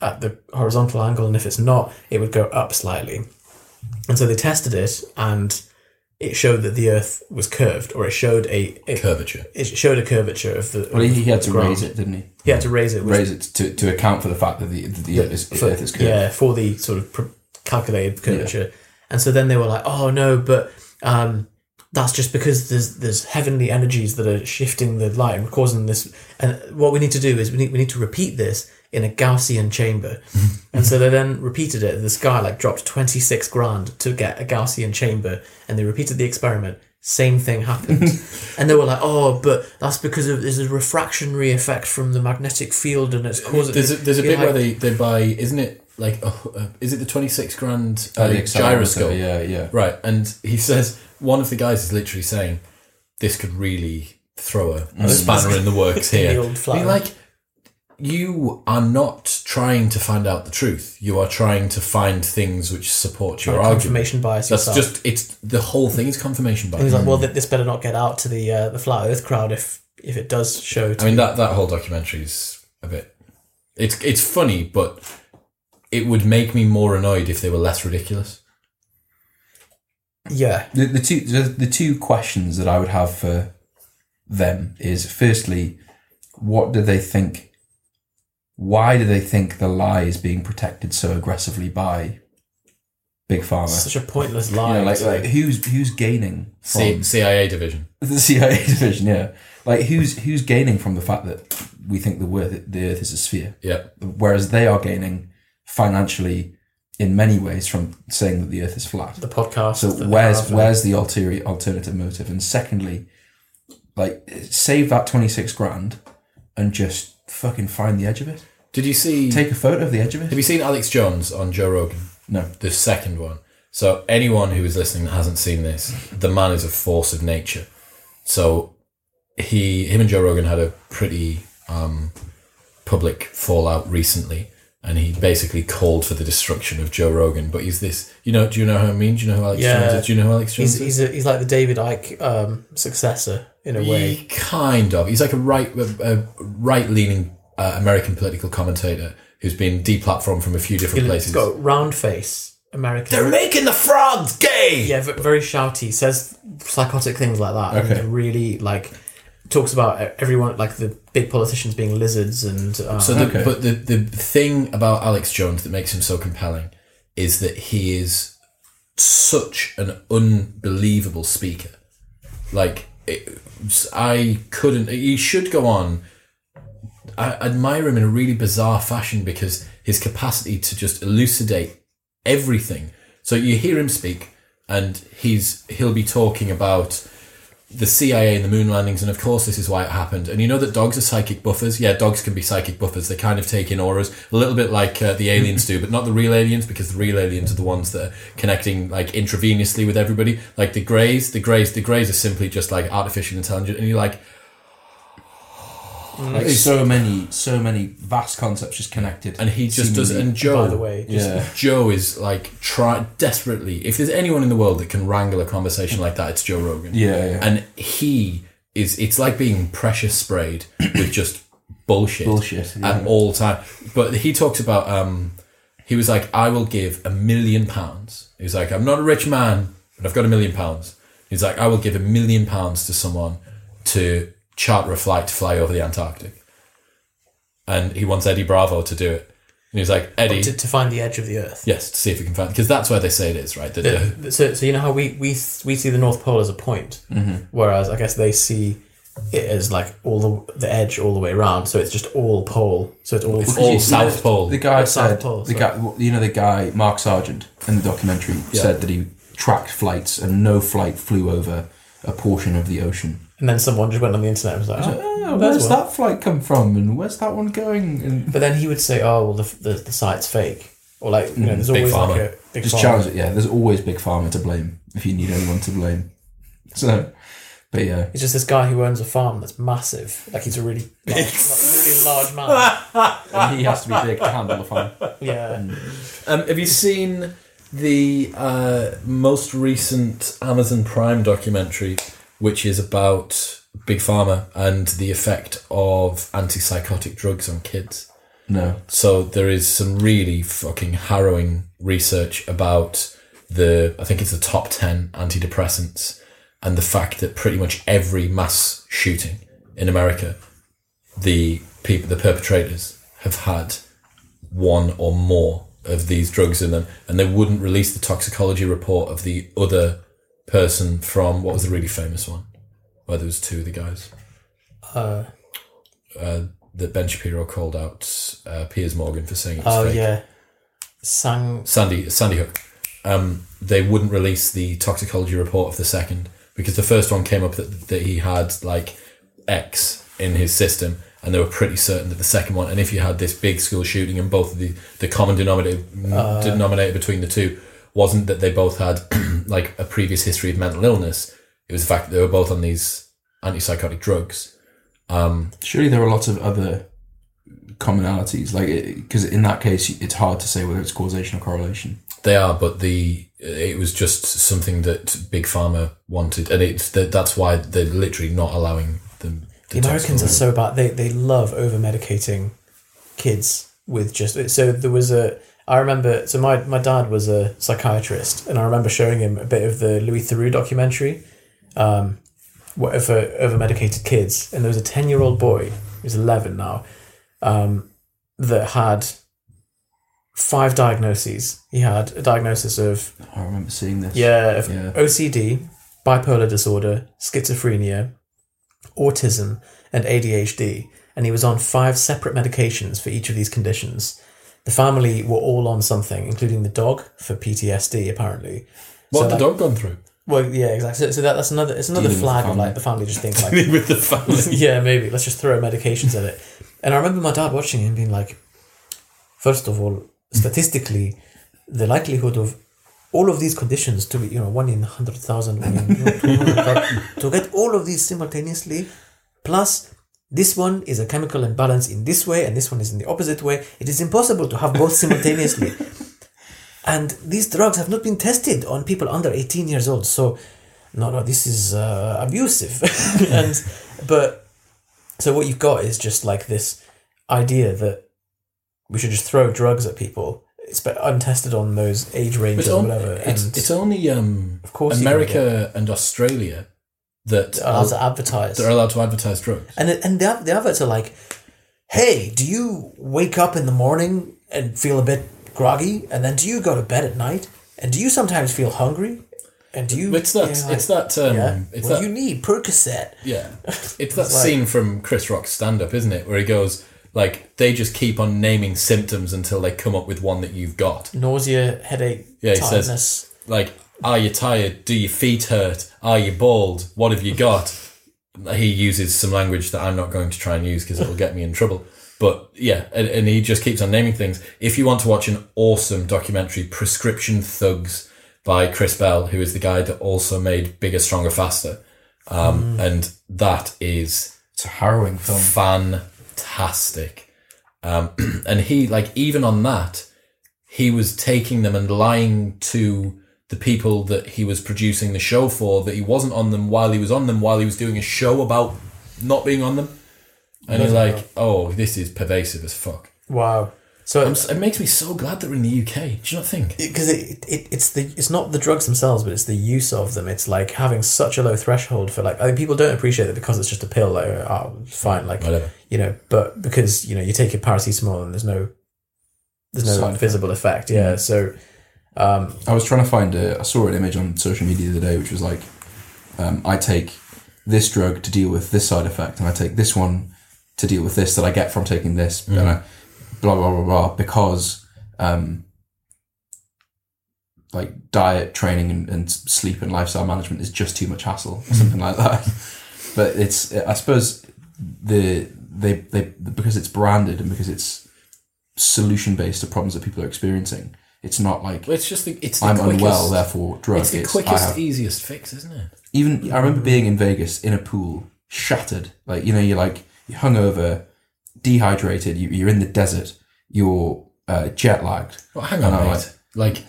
C: at the horizontal angle and if it's not it would go up slightly and so they tested it and it showed that the earth was curved or it showed a it,
A: Curvature.
C: it showed a curvature of the
B: Well, he had to
C: ground.
B: raise it, didn't he?
C: he had to raise it which
B: Raise it to, to account for the fact that the that the earth is, the earth is curved.
C: yeah for the sort of pr- calculated curvature and so then they were like oh no but um that's just because there's there's heavenly energies that are shifting the light and causing this and what we need to do is we need we need to repeat this in a gaussian
A: (laughs)
C: chamber and so they then repeated it this guy like dropped 26 grand to get a gaussian chamber and they repeated the experiment same thing happened
A: (laughs)
C: and they were like oh but that's because of there's a refractionary effect from the magnetic field and it's causing
A: There's a, there's a
C: You're
A: bit
C: like-
A: where they, they buy, isn't it like, a, uh, is it the 26 grand uh,
B: Uh, the accelerometer,
A: gyroscope?
B: Yeah, yeah.
A: Right, and he says one of the guys is literally saying, "This could really throw a, a spanner in the
C: (laughs)
A: works here."
C: Mm. The old
A: I
C: flyer.
A: mean, like, you are not trying to find out the truth. You are trying to find things which support your argument.
C: confirmation bias
A: That's
C: yourself.
A: just it's the whole thing is confirmation bias.
C: He's like, well, th- this better not get out to the uh, the flat Earth crowd if if it does show. To
A: I mean that that whole documentary is a bit. It's it's funny, but it would make me more annoyed if they were less ridiculous.
C: yeah,
B: the, the two the, the two questions that I would have for them is firstly, what do they think? Why do they think the lie is being protected so aggressively by big pharma?
C: such a pointless
B: You
C: lie.
B: know, like,
C: actually.
B: like who's who's gaining
A: C-
B: from
A: CIA division.
B: (laughs) the CIA division? Yeah, like who's who's gaining from the fact that we think the Earth the Earth is a sphere,
A: Yeah,
B: whereas they are gaining financially in many ways from saying that the Earth is flat.
C: the podcast.
B: So
C: that they
B: where's
C: have, uh,
B: where's the ulterior alternative motive? And secondly, like save that twenty six grand and just fucking find the edge of it.
A: Did you see?
B: Take a photo of the edge of
A: Have
B: it.
A: you seen Alex Jones on Joe Rogan?
B: No.
A: The second one. So anyone who is listening that hasn't seen this, the man is a force of nature. So he, him and Joe Rogan had a pretty um, public fallout recently, and he basically called for the destruction of Joe Rogan. But he's this, you know? Do you know who I mean? Do you know who Alex
C: Yeah.
A: Jones is? Do you know who Alex Jones is?
C: he's he's, a, he's like the David Icke um, successor in a way.
A: He kind of. He's like a right a right leaning uh, American political commentator who's been deplatformed from a few different
C: He's
A: places.
C: got round face, American.
A: They're making the frogs gay.
C: yeah, v- very shouty. Says psychotic things like that.
B: Okay.
C: And really like talks about e-, everyone like the big politicians being lizards and um,
A: So, the,
B: Okay.
A: but the the thing about Alex Jones that makes him so compelling is that he is such an unbelievable speaker. Like it, I couldn't. He should go on. I admire him in a really bizarre fashion because his capacity to just elucidate everything. So you hear him speak, and he's he'll be talking about the CIA and the moon landings, and of course, this is why it happened. And you know that dogs are psychic buffers. Yeah, dogs can be psychic buffers. They kind of take in auras, a little bit like uh, the aliens do, but not the real aliens because the real aliens are the ones that are connecting like intravenously with everybody. Like the greys, the greys, the greys are simply just like artificial intelligence. And you're like,
B: Like so many, so many vast concepts just connected.
A: and he just does it.
B: seemingly.
A: And Joe,
C: By the way, just
B: Yeah.
A: (laughs) Joe is like try desperately. If there's anyone in the world that can wrangle a conversation like that, it's Joe Rogan.
B: Yeah, yeah.
A: and he is. It's like being pressure sprayed with just bullshit,
B: Bullshit, yeah.
A: at all time. But he talks about. um He was like, I will give a million pounds. He was like, I'm not a rich man, but I've got a million pounds. He's like, I will give a million pounds to someone to charter a flight to fly over the Antarctic. And he wants Eddie Bravo to do it. And he's like, Eddie,
C: to, to find the edge of the Earth.
A: Yes, to see if we can find because that's where they say it is, right? That the,
C: So, so you know how we we, s- we see the North Pole as a point,
A: Mm-hmm.
C: whereas I guess they see it as like all the, the edge all the way around. So it's just all pole. So it's all.
A: all
B: You know,
A: South Pole.
B: The guy
C: Oh, South
B: said
C: Pole,
B: the
C: sorry.
B: guy, you know, the guy Mark Sargent in the documentary said that he tracked flights and no flight flew over a portion of the ocean.
C: And then someone just went on the internet and was like, oh,
B: Oh,
C: there's
B: where's
C: one."
B: that flight come from, and where's that one going? And
C: But then he would say, "Oh, well, the the, the site's fake," or like you know, there's
A: Mm, Big
C: always like
A: Pharma.
C: a big
B: just
C: Pharma.
B: challenge it. Yeah, there's always Big Pharma to blame if you need anyone to blame. So, but yeah,
C: It's just this guy who owns a farm that's massive. Like he's
A: (laughs)
C: a really, large, really large man.
B: he has to be big to handle the fun.
C: Yeah.
A: um, have you seen the uh, most recent Amazon Prime documentary, which is about Big Pharma and the effect of antipsychotic drugs on kids?
B: No,
A: So there is some really fucking harrowing research about the I think it's the top ten antidepressants and the fact that pretty much every mass shooting in America, the people the perpetrators have had one or more of these drugs in them and they wouldn't release the toxicology report of the other person from what was the really famous one? Where there was two of the guys Uh,
C: Uh,
A: that Ben Shapiro called out uh, Piers Morgan for saying it was
C: oh
A: fake.
C: yeah. Sang.
A: Sandy Sandy Hook, um, they wouldn't release the toxicology report of the second because the first one came up that, that he had like X in his system, and they were pretty certain that the second one. And if you had this big school shooting, and both of the the common denominator denominator between the two wasn't that they both had (clears throat) like a previous history of mental illness, it was the fact that they were both on these antipsychotic drugs.
B: surely there are lots of other commonalities, like because in that case, it's hard to say whether it's causation or correlation.
A: They are, but the it was just something that Big Pharma wanted, and it's that that's why they're literally not allowing them.
C: The Americans are so bad. They they love over medicating kids with just. So there was a. I remember. So my my dad was a psychiatrist, and I remember showing him a bit of the Louis Theroux documentary, um, over over medicated kids, and there was a ten year old boy who's eleven now, um, that had five diagnoses. He had a diagnosis of
B: I remember seeing this.
C: yeah, of
B: Yeah.
C: OCD, bipolar disorder, schizophrenia, autism, and ADHD. And he was on five separate medications for each of these conditions. The family were all on something, including the dog for PTSD, apparently.
A: What had
C: So,
A: the dog gone
C: (laughs)
A: through?
C: Well, yeah, exactly. So, so that, that's another. It's another
B: Dealing with the
C: flag of
B: family.
C: like the family just
B: (laughs)
C: think like,
A: With the family.
C: (laughs) yeah, maybe let's just throw medications at it. And I remember my dad watching it and being like, first of all, statistically, the likelihood of all of these conditions to be, you know, one in 100,000, one in 200,000, to get all of these simultaneously, plus this one is a chemical imbalance in this way and this one is in the opposite way. It is impossible to have both (laughs) simultaneously. and these drugs have not been tested on people under 18 years old. So, no, no, this is uh, abusive. (laughs) and, but so what you've got is just like this idea that we should just throw drugs at people, it's but untested on those age ranges or whatever.
A: it's,
C: and
A: it's only um,
C: Of course you can
A: America and Australia that
C: are Uh,
A: are,
C: to advertise.
A: that are allowed to advertise drugs.
C: And it- and the, ad- the adverts are like, "Hey, do you wake up in the morning and feel a bit groggy, and then do you go to bed at night, and do you sometimes feel hungry, and do you?"
A: It's that.
C: Yeah, like,
A: it's that. Um,
C: yeah.
A: It's
C: well,
A: that.
C: you need Percocet. (laughs)
A: yeah. It's that scene from Chris Rock's stand-up, isn't it? Where he goes like, they just keep on naming symptoms until they come up with one that you've got.
C: Nausea, headache,
A: Yeah, he
C: tiredness.
A: says- like, are you tired? Do your feet hurt? Are you bald? What have you got? He uses some language that I'm not going to try and use because it'll get me in trouble. But yeah, and, and he just keeps on naming things. If you want to watch an awesome documentary, Prescription Thugs by Chris Bell, who is the guy that also made Bigger, Stronger, Faster. Um, And that is
B: It's a harrowing film.
A: fan fantastic. Um, (clears throat) and he, like, even on that, he was taking them and lying to the people that he was producing the show for that he wasn't on them while he was on them while he was doing a show about not being on them. And you're like, oh, this is pervasive as fuck.
C: Wow. So
A: I'm, s- it makes me so glad that we're in the UK. Do you not think?
C: because it, it it's the it's not the drugs themselves, but it's the use of them. It's like having such a low threshold for like I think people don't appreciate that because it's just a pill. Like oh, it's fine, like
A: Whatever.
C: you know, but because you know you take your paracetamol and there's no there's no
B: Side effect.
C: visible effect. Yeah, so um,
B: I was trying to find a. I saw an image on social media the other day, which was like, um, I take this drug to deal with this side effect, and I take this one to deal with this that I get from taking this, and I, blah blah blah blah, because um, like diet, training, and, and sleep and lifestyle management is just too much hassle, or something like that. (laughs) But it's, I suppose, the they they because it's branded and because it's solution based to problems that people are experiencing. It's not like
A: Well, It's just the it's the
B: I'm
A: quickest,
B: unwell, therefore drug.
A: It's the
B: It's- I
A: quickest, e-
B: have-
A: easiest fix, isn't it?
B: even I remember being in Vegas in a pool, shattered. Like you know, you're like you're hungover, dehydrated. You, you're in the desert. You're uh, jet lagged.
A: Well, Oh, hang on,
B: I know,
A: mate. Like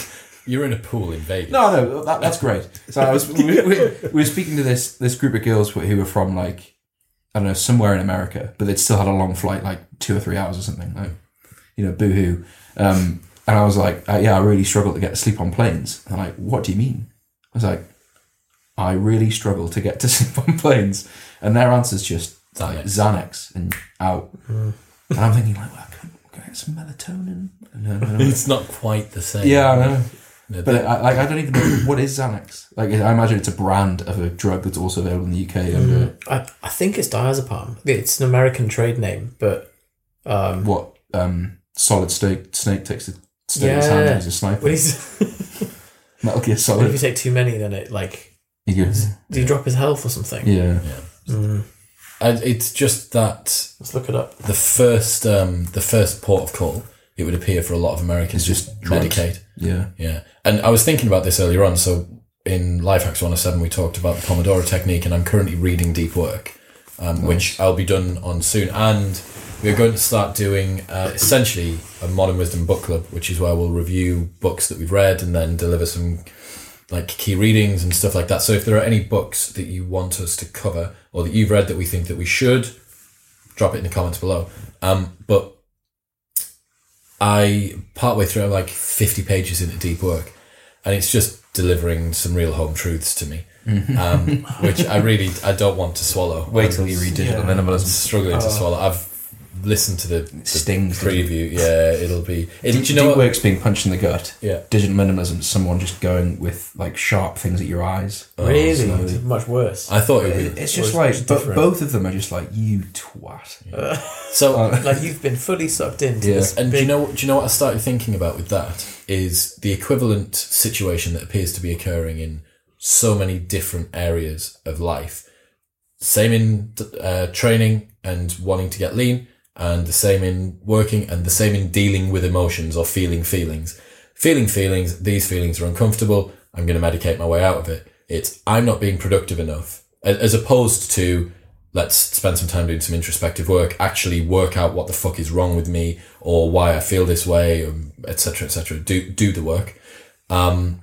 A: (laughs) you're in a pool in Vegas.
B: No, no, that, that's great. So I was we, we, we were speaking to this this group of girls who who were from like I don't know somewhere in America, but they'd still had a long flight, like two or three hours or something. Like you know, boohoo. Um, and I was like, uh, yeah, I really struggle to get to sleep on planes. And they're like, what do you mean? I was like, I really struggle to get to (laughs) sleep on planes. And their answer's just like, Xanax and out. And I'm thinking like, well, I could I could get some melatonin. No, no,
A: (laughs)
B: no.
A: It's not quite the same.
B: yeah, I know.
A: No,
B: But I, like, I don't even know what is Xanax. Like, I imagine it's a brand of a drug that's also available in the UK under
C: I, I think it's diazepam. It's an American trade name, but um,
B: uh, what um, Solid Snake Snake takes the snake in his
C: Yeah.
B: hand and he's a sniper.
C: when he's- (laughs)
B: Metal Gear
C: if you
B: Solid.
C: take too many, then it like
B: He goes,
C: do you drop his health or something? Mm.
B: yeah.
A: And it's just that
C: Let's look it up.
A: the first um, the first port of call it would appear for a lot of Americans
B: It's just drugs.
A: Medicaid.
B: Yeah.
A: Yeah, and I was thinking about this earlier on. So in Lifehacks 107, we talked about the Pomodoro technique, and I'm currently reading Deep Work, um, which I'll be done on soon. And we're going to start doing uh, essentially a Modern Wisdom book club, which is where we'll review books that we've read and then deliver some like key readings and stuff like that. So if there are any books that you want us to cover or that you've read that we think that we should, drop it in the comments below. Um, but I partway through, I'm like 50 pages into deep work, and it's just delivering some real home truths to me, um,
B: (laughs)
A: which I really I don't want to swallow.
D: Wait till you read Digital
C: Yeah.
A: I'm
D: Minimalism.
A: struggling to swallow. I've listened to the, the
B: stings, doesn't it?
A: preview. Yeah, it'll be. It, do you know
B: Deep
A: what?
B: work's being punched in the gut.
A: Yeah.
B: Digital minimalism is someone just going with like sharp things at your eyes.
C: really,
B: slowly.
C: It's much worse.
A: Oh, I thought it would be.
B: It's just
C: it's
B: like,
C: just
B: but
C: different.
B: both of them are just like, you twat. Uh,
A: So
D: Oh,
C: like you've been fully sucked into
B: Yeah.
C: this.
A: And do
C: big-
A: you know do you know what I started thinking about with that is the equivalent situation that appears to be occurring in so many different areas of life. Same in uh, training and wanting to get lean, and the same in working, and the same in dealing with emotions or feeling feelings. Feeling feelings, these feelings are uncomfortable. I'm going to medicate my way out of it. It's I'm not being productive enough, A- as opposed to let's spend some time doing some introspective work actually work out what the fuck is wrong with me or why i feel this way um, etc etc do do the work um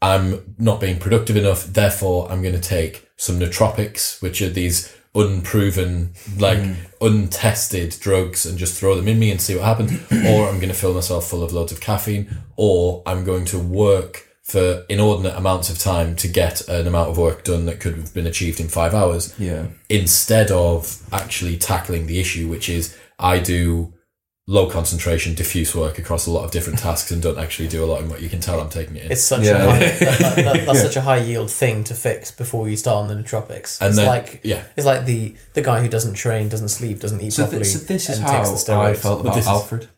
A: i'm not being productive enough therefore i'm going to take some nootropics which are these unproven like
C: Mm.
A: untested drugs and just throw them in me and see what
C: (clears throat)
A: happens or i'm going to fill myself full of loads of caffeine or i'm going to work for inordinate amounts of time to get an amount of work done that could have been achieved in five hours (laughs)
B: Yeah.
A: instead of actually tackling the issue, which is I do low concentration, diffuse work across a lot of different tasks and don't actually do a lot in what you can tell I'm taking it in.
C: It's such
B: Yeah.
C: a high, (laughs) that, that- that's such a high yield thing to fix before you start on the nootropics.
A: and
C: it's
A: then,
C: like
A: yeah,
C: it's like the the guy who doesn't train, doesn't sleep, doesn't eat
B: So,
C: properly.
B: th- so this is
C: and
B: how
C: takes the
B: I
C: steroids.
B: felt
A: But
B: about
A: this is-
B: Alfred.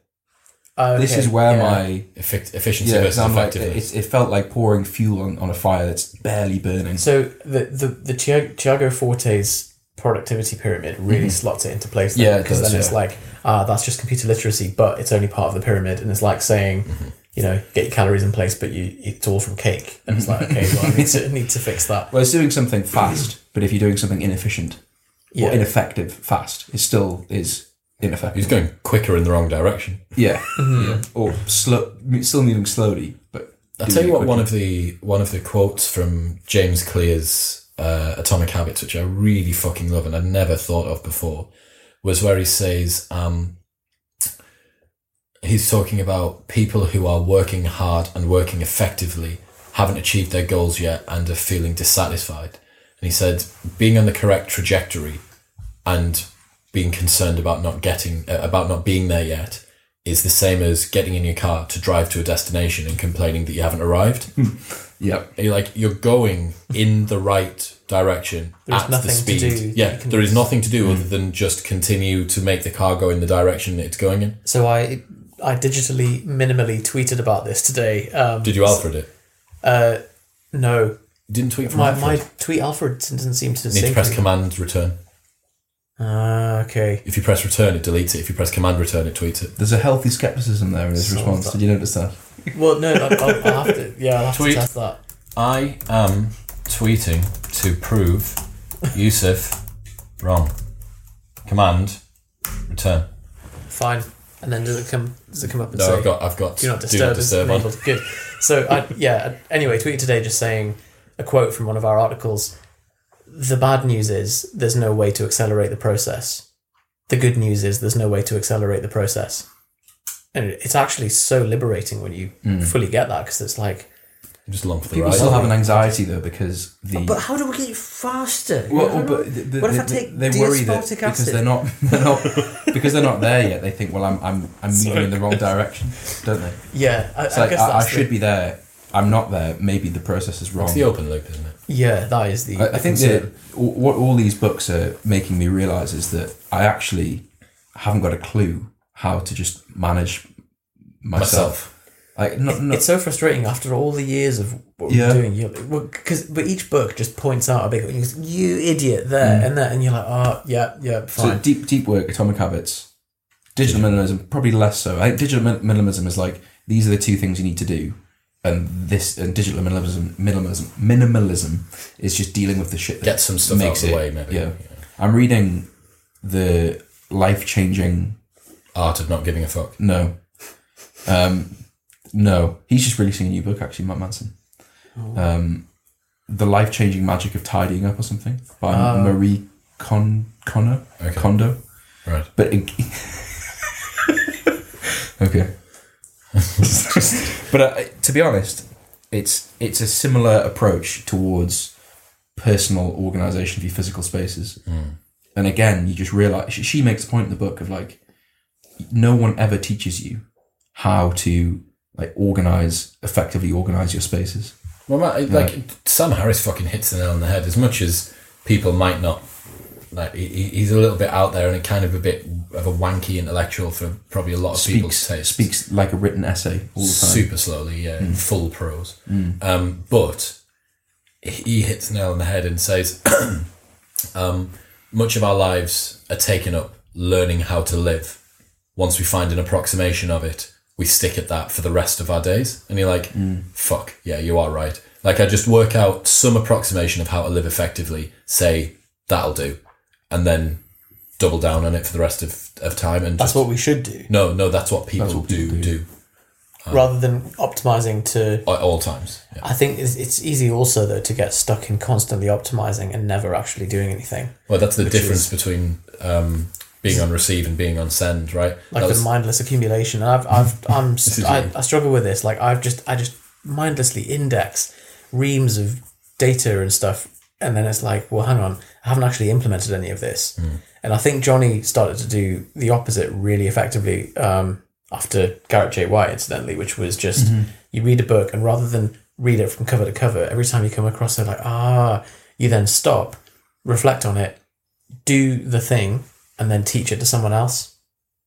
C: Oh,
B: This
C: okay,
B: is where
C: yeah.
B: my
A: effic- efficiency
B: yeah,
A: versus
B: I'm like,
A: effectiveness.
B: it, it felt like pouring fuel on, on a fire that's barely burning.
C: So the the the Tiago, Tiago Forte's productivity pyramid really
B: Mm-hmm.
C: slots it into place. Then,
B: Yeah, it
C: because
B: does,
C: then it's
B: yeah.
C: like ah, that's just computer literacy, but it's only part of the pyramid, and it's like saying. You know, get your calories in place, but you it's all from cake, and it's like okay, well, I need to need to fix that.
E: (clears throat)
B: Well, it's doing something fast, but if you're doing something inefficient, or
C: Yeah.
B: ineffective fast. It still is ineffective.
A: He's going quicker in the wrong direction.
B: Yeah.
E: Mm-hmm.
B: yeah. Or slow, still moving slowly, but.
A: I tell you what, one of the one of the quotes from James Clear's uh, Atomic Habits, which I really fucking love and I'd never thought of before, was where he says um, he's talking about people who are working hard and working effectively, haven't achieved their goals yet, and are feeling dissatisfied. And he said, being on the correct trajectory and being concerned about not getting uh, about not being there yet is the same as getting in your car to drive to a destination and complaining that you haven't arrived.
C: Hmm.
B: Yeah.
A: You're like you're going in the right direction
C: There's
A: at
C: nothing
A: the speed.
C: to do.
A: Yeah,
C: You can Hmm.
A: there is nothing to do other than just continue to make the car go in the direction that it's going in.
C: So I I digitally minimally tweeted about this today. Um,
A: Did you Alfred it?
C: Uh, no,
A: You didn't tweet from
C: my,
A: Alfred.
C: my tweet Alfred doesn't seem to.
A: you need to
C: sync
A: press
C: with-
A: command return.
C: Ah, okay.
A: If you press return, it deletes it. If you press command return, it tweets it.
B: There's a healthy skepticism there in his
C: Some of
B: response.
C: that.
B: Did you notice that?
C: Well, no, I'll, I'll, I'll have to. Yeah, I'll have
A: Tweet.
C: to test that.
A: I am tweeting to prove Yusuf wrong. Command return.
C: Fine. And then does it come? Does it come up and
A: No,
C: say?
A: I've got I've got
C: Do not disturb. is
A: on.
C: enabled. Good. So, I, yeah. Anyway, tweeted today just saying a quote from one of our articles. The bad news is there's no way to accelerate the process. The good news is there's no way to accelerate the process. And it's actually so liberating when you
B: Hmm.
C: fully get that because it's like,
A: I'm just along for the
B: People
A: ride.
B: still have an anxiety though because the.
E: But how do we get you faster?
B: Well,
E: How do
B: but
E: we-
B: th- th-
E: what if
B: they,
E: I take
B: they worry that
E: diaspartic
B: because
E: acid?
B: they're not, (laughs) they're not because they're not there yet. They think, well, I'm I'm,
A: (laughs)
B: I'm moving in the wrong direction, don't they?
C: yeah, I,
B: It's
C: I
B: like
C: guess
B: I, I
C: that's the-
B: should be there. I'm not there. Maybe the process is wrong.
A: It's the open loop, isn't it?
C: Yeah, that is the.
B: I, I think
C: concern.
B: that all- what all these books are making me realize is that I actually haven't got a clue how to just manage myself. Like, not, not,
C: it's so frustrating after all the years of what
B: Yeah.
C: we're doing. You're like, well, cause, but each book just points out a big and you, goes, you idiot there and there, and you're like, oh yeah, yeah,
B: Mm. so
C: fine.
B: deep, deep work, atomic habits, digital minimalism, probably less so. I think digital min- minimalism is like these are the two things you need to do, and this and digital minimalism, minimalism, minimalism is just dealing with the shit. That
A: Get some stuff out of
B: makes
A: the
B: it-
A: way, maybe.
B: Yeah, I'm reading the life changing
A: Art of not giving a fuck.
B: No. Um, no. He's just releasing a new book, actually, Matt Manson. Um, the Life Changing Magic of Tidying Up or something by Marie Con- Connor?
A: Okay.
B: Kondo.
A: Right.
B: But in- (laughs) okay. but uh, to be honest, it's it's a similar approach towards personal organization for your physical spaces.
A: Hmm.
B: And again, you just realize she- she makes a point in the book of like, no one ever teaches you how to like organize effectively organize your spaces.
A: Well, Matt, like Sam Harris fucking hits the nail on the head. As much as people might not, like he, he- he's a little bit out there and kind of a bit of a wanky intellectual for probably a lot of people's
B: Speaks
A: taste.
B: speaks like a written essay all the time.
A: super slowly, yeah, in full prose. Um, but he hits the nail on the head and says, (clears throat) um, much of our lives are taken up learning how to live. Once we find an approximation of it, we stick at that for the rest of our days. And you're like, fuck, yeah, you are right. Like, I just work out some approximation of how to live effectively, say, that'll do, and then double down on it for the rest of, of time. And
C: That's
A: just,
C: what we should do
A: no, no, that's what people,
B: what
A: do,
B: people do.
A: do
B: Uh.
C: rather than optimizing to.
A: at all times. Yeah.
C: I think it's, it's easy also though to get stuck in constantly optimizing and never actually doing anything.
A: Well, that's the
C: Which
A: difference between um, being on receive and being on send, right?
C: like
A: that
C: the mindless accumulation. And I've,
A: (laughs)
C: I've, I'm,
A: is
C: I,
A: you.
C: I struggle with this. Like I've just, I just mindlessly index reams of data and stuff, and then it's like, well, hang on, I haven't actually implemented any of this.
A: Hmm.
C: And I think Johnny started to do the opposite really effectively um, after Garrett J. White, incidentally, which was just
A: Mm-hmm.
C: you read a book and rather than read it from cover to cover, every time you come across it, like ah, you then stop, reflect on it, do the thing, and then teach it to someone else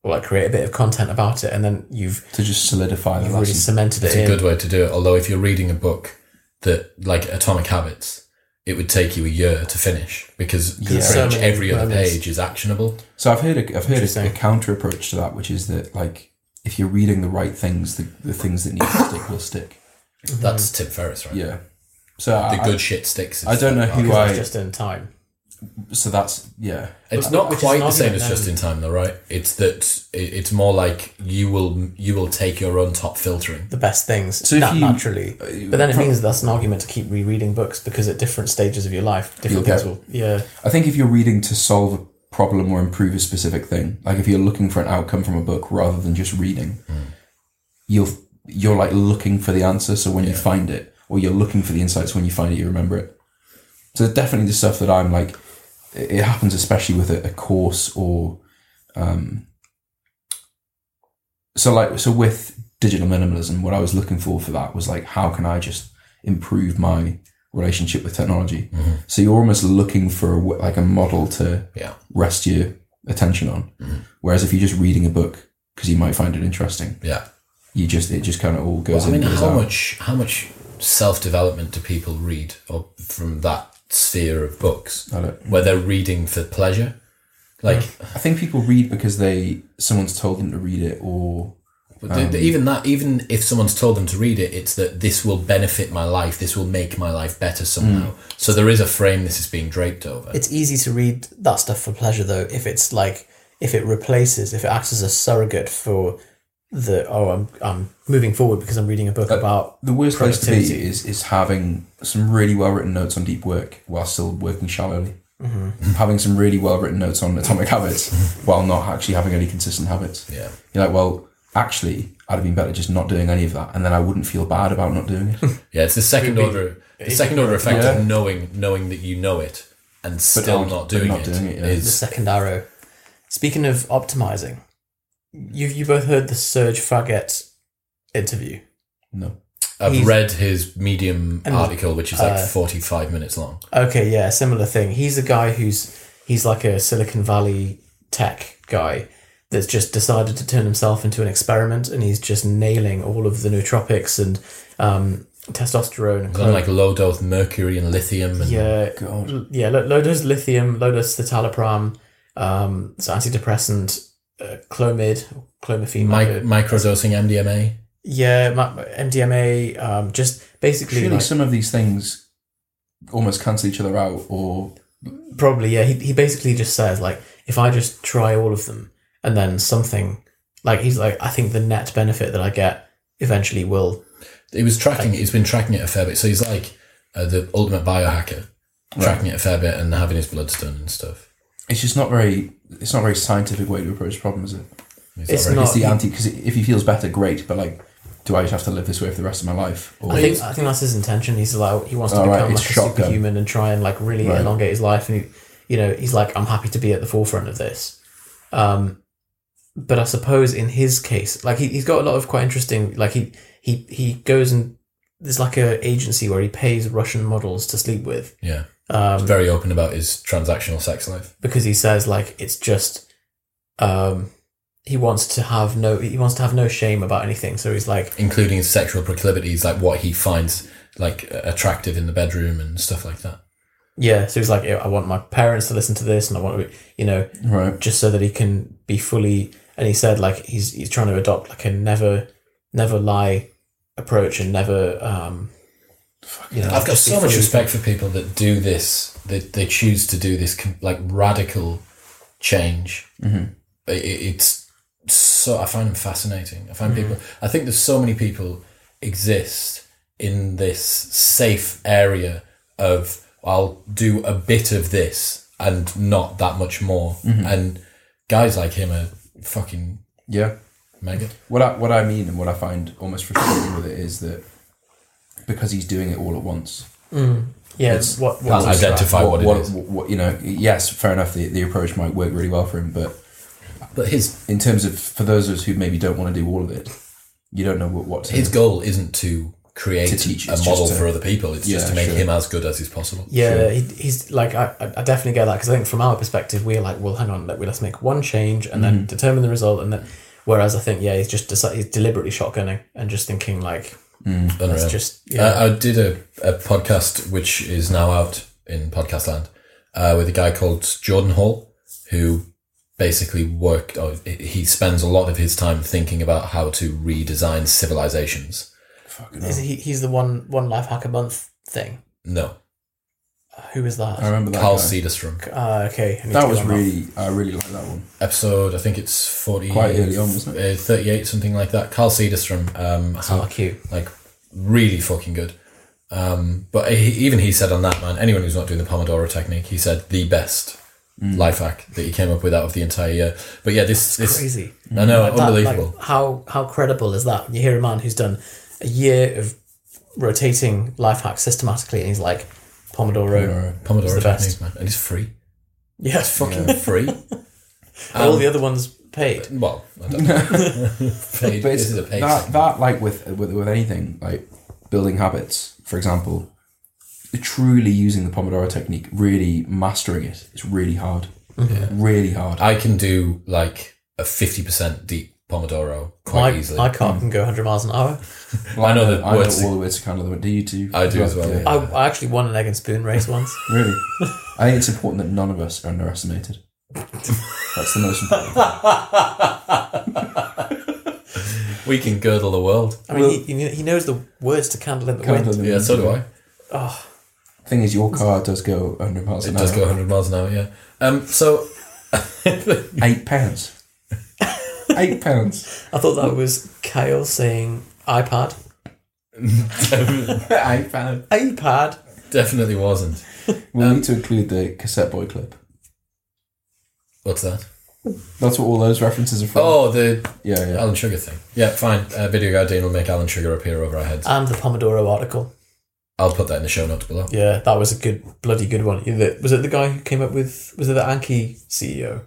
C: or like create a bit of content about it, and then you've
B: to just solidify the
C: you've already
B: lesson.
C: cemented it
A: it's a
C: in.
A: good way to do it. Although, if you're reading a book that, like Atomic Habits, it would take you a year to finish because
C: Yeah.
A: pretty
C: So
A: much
C: many
A: every other
C: moments.
A: page is actionable.
B: So I've heard a, I've heard a,
C: Interesting.
B: a counter approach to that, which is that like if you're reading the right things, the, the things that need to stick will stick.
A: That's Tim Ferriss, right?
B: Yeah. So I,
A: The good shit sticks. is-
B: I don't know who
C: Because
B: I
C: it's just in time.
B: So that's yeah.
A: It's not
C: Which is
A: quite
C: an
A: the same
C: argument
A: as just
C: then.
A: in time though, right? It's that it- it's more like you will you will take your own top filtering.
C: the best things
B: So if
C: na-
B: you-
C: naturally. But then it means that's an argument to keep rereading books because at different stages of your life, different
B: You'll
C: things will. Yeah,
B: I think if you're reading to solve a problem or improve a specific thing, like if you're looking for an outcome from a book rather than just reading, you'll you're like looking for the answer. So when you find it, or you're looking for the insights when you find it, you remember it. So definitely the stuff that I'm like, it it happens especially with a, a course or, um, so like so with digital minimalism, what I was looking for for that was like, how can I just improve my relationship with technology?
A: Mm-hmm.
B: So you're almost looking for a w like a model to
A: Yeah.
B: rest your attention on.
A: Mm-hmm.
B: Whereas if you're just reading a book because you might find it interesting,
A: Yeah.
B: you just it just kind of all goes
A: Well, I mean,
B: in. uh, goes
A: how
B: out.
A: much how much self development do people read or from that sphere of books
B: I, don't-
A: where they're reading for pleasure? Like,
B: I think people read because they someone's told them to read it, or
A: but th-
B: Um,
A: th- even that, even if someone's told them to read it, it's that this will benefit my life. This will make my life better somehow.
B: Mm.
A: So there is a frame this is being draped over.
C: it's easy to read that stuff for pleasure though if it's like if it replaces if it acts as a surrogate for the oh I'm I'm moving forward because I'm reading a
B: Uh,
C: book about
B: the worst place to be
C: Productivity.
B: is is having some really well written notes on deep work while still working shallowly.
A: Mm-hmm.
B: Having some really well written notes on atomic habits while not actually having any consistent habits.
A: yeah.
B: You're like, well, actually, I'd have been better just not doing any of that, and then I wouldn't feel bad about not doing it.
A: Yeah, it's the second order. The second order effect
B: Yeah.
A: of knowing knowing that you know it and still
B: not-
A: not
B: but
A: doing
B: not
A: it is
B: doing it, yeah.
C: the second arrow. Speaking of optimizing, you you both heard the Serge Faget interview.
B: no.
A: I've
C: he's-
A: read his medium
C: And,
A: article, which is like
C: uh,
A: forty five minutes long.
C: Okay, yeah, similar thing. He's a guy who's he's like a Silicon Valley tech guy that's just decided to turn himself into an experiment, and he's just nailing all of the nootropics and um, testosterone. And
A: It's on like low dose mercury and lithium and
C: yeah,
B: God.
C: l- yeah. Lo- low dose lithium, low dose citalopram, um, it's antidepressant, uh, clomid, clomiphene.
A: mi- microdosing MDMA.
C: yeah, ma- MDMA. Um, just basically,
B: Surely
C: like-
B: some of these things almost cancel each other out, or
C: probably yeah he, he basically just says like if i just try all of them and then something like he's like i think the net benefit that i get eventually will
A: He was tracking. He's been tracking it a fair bit. So he's like uh, the ultimate biohacker, tracking it a fair bit and having his bloods done and stuff.
B: it's just not very. It's not a very scientific way to approach the problem, is it?
C: it's
A: already-
C: not
B: It's the anti because if he feels better, great. But like, do I just have to live this way for the rest of my life? Or
C: I think, I think that's his intention. He's like he wants to
B: All right,
C: become
B: it's
C: like a
B: shotgun.
C: superhuman and try and like really
B: Right.
C: elongate his life. And he, you know, he's like, I'm happy to be at the forefront of this. Um, but I suppose in his case, like he, he's got a lot of quite interesting. Like he he he goes and there's like a agency where he pays Russian models to sleep with.
A: Yeah,
C: Um,
A: he's very open about his transactional sex life.
C: because he says like it's just um he wants to have no he wants to have no shame about anything so he's like
A: Including his sexual proclivities, like what he finds like attractive in the bedroom and stuff like that.
C: yeah so he's like i want my parents to listen to this and i want to be, you know
B: right,
C: just so that he can be fully and he said like he's he's trying to adopt like a never never lie approach and never um you know,
A: I've got
C: just be
A: so much
C: fully-
A: respect for people that do this. That they choose to do this com- like radical change. I- I- it's so I find them fascinating. I find people. I think there's so many people exist in this safe area of I'll do a bit of this and not that much more. And guys like him are fucking
B: yeah.
A: mega.
B: What I what I mean and what I find almost frustrating with it is that because he's doing it all at once.
C: yeah what, what
A: I'll identify what, it is.
B: what- you know, yes, fair enough. The, the approach might work really well for him, but
A: But his
B: in terms of for those of us who maybe don't want to do all of it, you don't know what what to
A: his goal isn't to create
B: To teach,
A: a
B: it's
A: model
B: just to-
A: for other people. It's just
B: Yeah,
A: to make
B: sure.
A: him as good as is possible.
C: Yeah, he, he's like I, I I definitely get that because I think from our perspective we're like, well, hang on, let, let's make one change and
B: Mm-hmm.
C: then determine the result, and then whereas I think yeah, he's just decided, he's deliberately shotgunning and just thinking like
B: Oh,
A: Unreal. Uh,
C: it's just
B: Uh,
C: yeah,
A: I, I did a, a podcast which is now out in podcast land uh, with a guy called Jordan Hall, who basically worked, or he spends a lot of his time thinking about how to redesign civilizations.
B: Fucking
C: Is he, he's the one one life hack a month thing.
A: No.
C: Uh, Who is
B: I
C: that?
B: remember that.
A: Carl
B: guy.
A: Cederstrom.
C: Uh, okay. I need
B: Oh.
C: to
B: That
C: go
B: was
C: on now.
B: really. I really like that one.
A: episode. I think it's forty
B: Quite early on, wasn't
A: Uh, Thirty-eight, something like that. Carl Cederstrom, um,
C: Oh,
A: had,
C: cute.
A: like really fucking good. Um, but he, even he said on that man, anyone who's not doing the Pomodoro technique, he said the best life hack that he came up with out of the entire year. But yeah, this this
C: Crazy.
A: I know,
C: That, like,
A: unbelievable.
C: how how credible is that? You hear a man who's done a year of rotating life hacks systematically, and he's like Pomodoro.
A: Pomodoro
C: It's the
A: technique,
C: best.
A: man, and it's free.
C: Yes,
A: Fucking free. Um,
B: Um,
C: all the other ones paid.
A: Well, I don't know. paid,
B: But
A: this
B: it's
A: is a paid
B: that,
A: thing.
B: that like with, with with anything like building habits, for example, truly using the Pomodoro technique, really mastering it, it's really hard. Really hard.
A: I can do like a fifty percent deep Pomodoro quite
C: My,
A: easily.
C: my car can go 100 miles an hour.
B: Well,
A: I know the
B: I know
A: words-
B: all the words to kind of the do you too?
A: I do as well, yeah.
C: I, I actually won an egg and spoon race once.
A: (laughs)
B: Really. I think it's important that none of us are underestimated. That's the most important. thing.
A: we can girdle the world.
C: I mean, he, he- he knows the words to candle in the
A: (laughs)
B: Can't
C: wind.
B: do
A: Yeah,
B: that.
A: so do I.
B: Thing is, your car does go 100 miles
A: It
B: an
A: does
B: hour.
A: go 100 miles an hour, yeah. Um, so
B: Eight (laughs) pounds. Eight pounds.
C: I thought that was Kyle saying iPad.
B: Eight pounds. Um,
C: iPad.
A: (laughs) definitely wasn't.
B: We'll need to include the cassette boy clip.
A: What's that?
B: That's what all those references are from.
A: Oh, the
B: Yeah, yeah.
A: Alan Sugar thing. Yeah, fine. Uh, Video Guardian will make Alan Sugar appear over our heads.
C: And the Pomodoro article.
A: I'll put that in the show notes below.
C: Yeah, that was a good, bloody good one. Yeah, the- Was it the guy who came up with, was it the Anki CEO?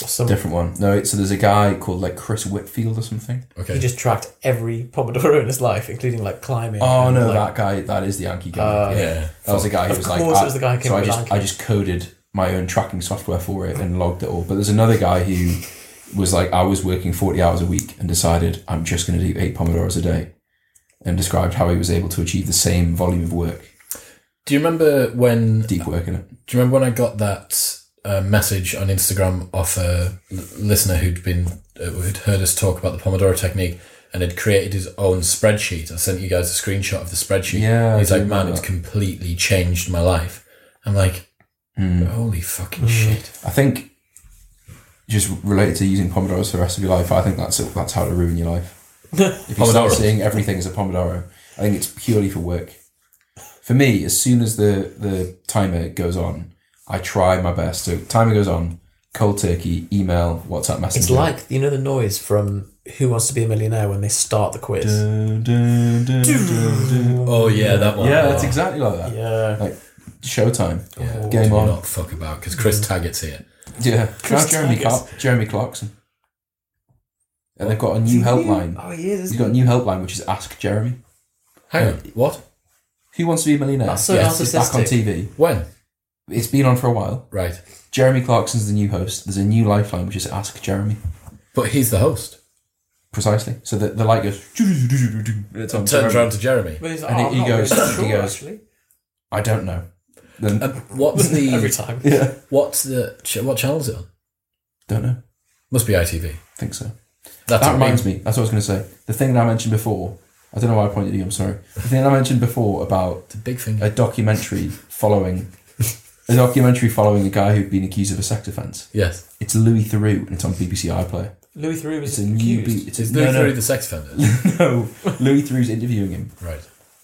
C: Or some,
B: Different one. No, it- so there's a guy called like Chris Whitfield or something.
A: Okay.
C: he just tracked every Pomodoro in his life, including like climbing.
B: Oh
C: and,
B: no,
C: like,
B: that guy. That is the Yankee guy.
C: Uh,
A: yeah.
B: that was the guy who
C: Of
B: was like.
C: course
B: I-
C: it was the guy who came
B: so
C: up
B: I
C: with
B: just
C: Yankee.
B: I just coded my own tracking software for it and logged it all. But there's another guy who was like, I was working 40 hours a week and decided I'm just going to do eight pomodoros a day, and described how he was able to achieve the same volume of work,
A: Do you remember when? Do
B: deep work in it.
A: you remember when I got that uh, message on Instagram off a l- listener who'd been uh, who'd heard us talk about the Pomodoro technique and had created his own spreadsheet? I sent you guys a screenshot of the spreadsheet.
B: Yeah, I
A: He's
B: do
A: like, man,
B: remember
A: it's
B: that."
A: completely changed my life. I'm like,
B: Hmm.
A: holy fucking shit.
B: I think just related to using pomodoros for the rest of your life. I think that's that's how to ruin your life.
C: (laughs)
B: if you start
A: Pomodoros.
B: seeing everything as a pomodoro, I think it's purely for work. For me, as soon as the the timer goes on, I try my best. So timer goes on, cold turkey, email, WhatsApp messenger.
C: It's like, you know, the noise from Who Wants to Be a Millionaire when they start the quiz.
B: Dun, dun, dun, dun, dun.
A: Oh yeah, that one.
B: yeah, that's exactly like that.
C: Yeah.
B: Like showtime,
A: Yeah,
B: game
A: do
B: on.
A: not fuck about because Chris Taggart's here.
B: Yeah,
C: Chris
B: Jeremy,
C: Tigers.
B: Clark- Jeremy Clarkson. And they've got a new helpline.
C: Oh, he is.
B: He's got a new helpline, which is Ask Jeremy.
A: Hang on, what?
B: Who wants to be a millionaire?
C: That's so
B: it's back on
C: narcissistic.
B: TV.
A: When?
B: It's been on for a while.
A: Right,
B: Jeremy Clarkson's the new host. There's a new lifeline, which is Ask Jeremy.
A: but he's the host.
B: Precisely. So the, the light goes. and It's on
A: Turns
B: Jeremy.
A: around to Jeremy.
C: But he's- "Oh,
B: And he-
C: I'm
B: he
C: not
B: goes-
C: really
B: he
C: sure,
B: goes-
C: actually.
B: I don't know. Then
A: Um, what's
C: Every
A: the
C: time.
B: (laughs) yeah,
A: what's the ch- what channel is it on?
B: don't know.
A: Must be ITV.
B: Think so.
A: That's
B: that
A: what
B: reminds me. That's what I was going to say. The thing that I mentioned before. I don't know why I pointed at you. I'm sorry. The thing that I mentioned before about
A: It's a big thing.
B: a documentary following a documentary following a guy who'd been accused of a sex offence.
A: yes,
B: It's Louis Theroux, and it's on BBC iPlayer.
C: Louis Theroux was
B: It's a new.
C: accused.
B: Be- it's a,
A: is
B: no,
A: Louis
B: no.
A: Theroux the sex offender?
B: (laughs) No, Louis Theroux's interviewing him.
A: right.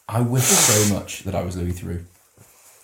B: I wish so much that I was Louis Theroux.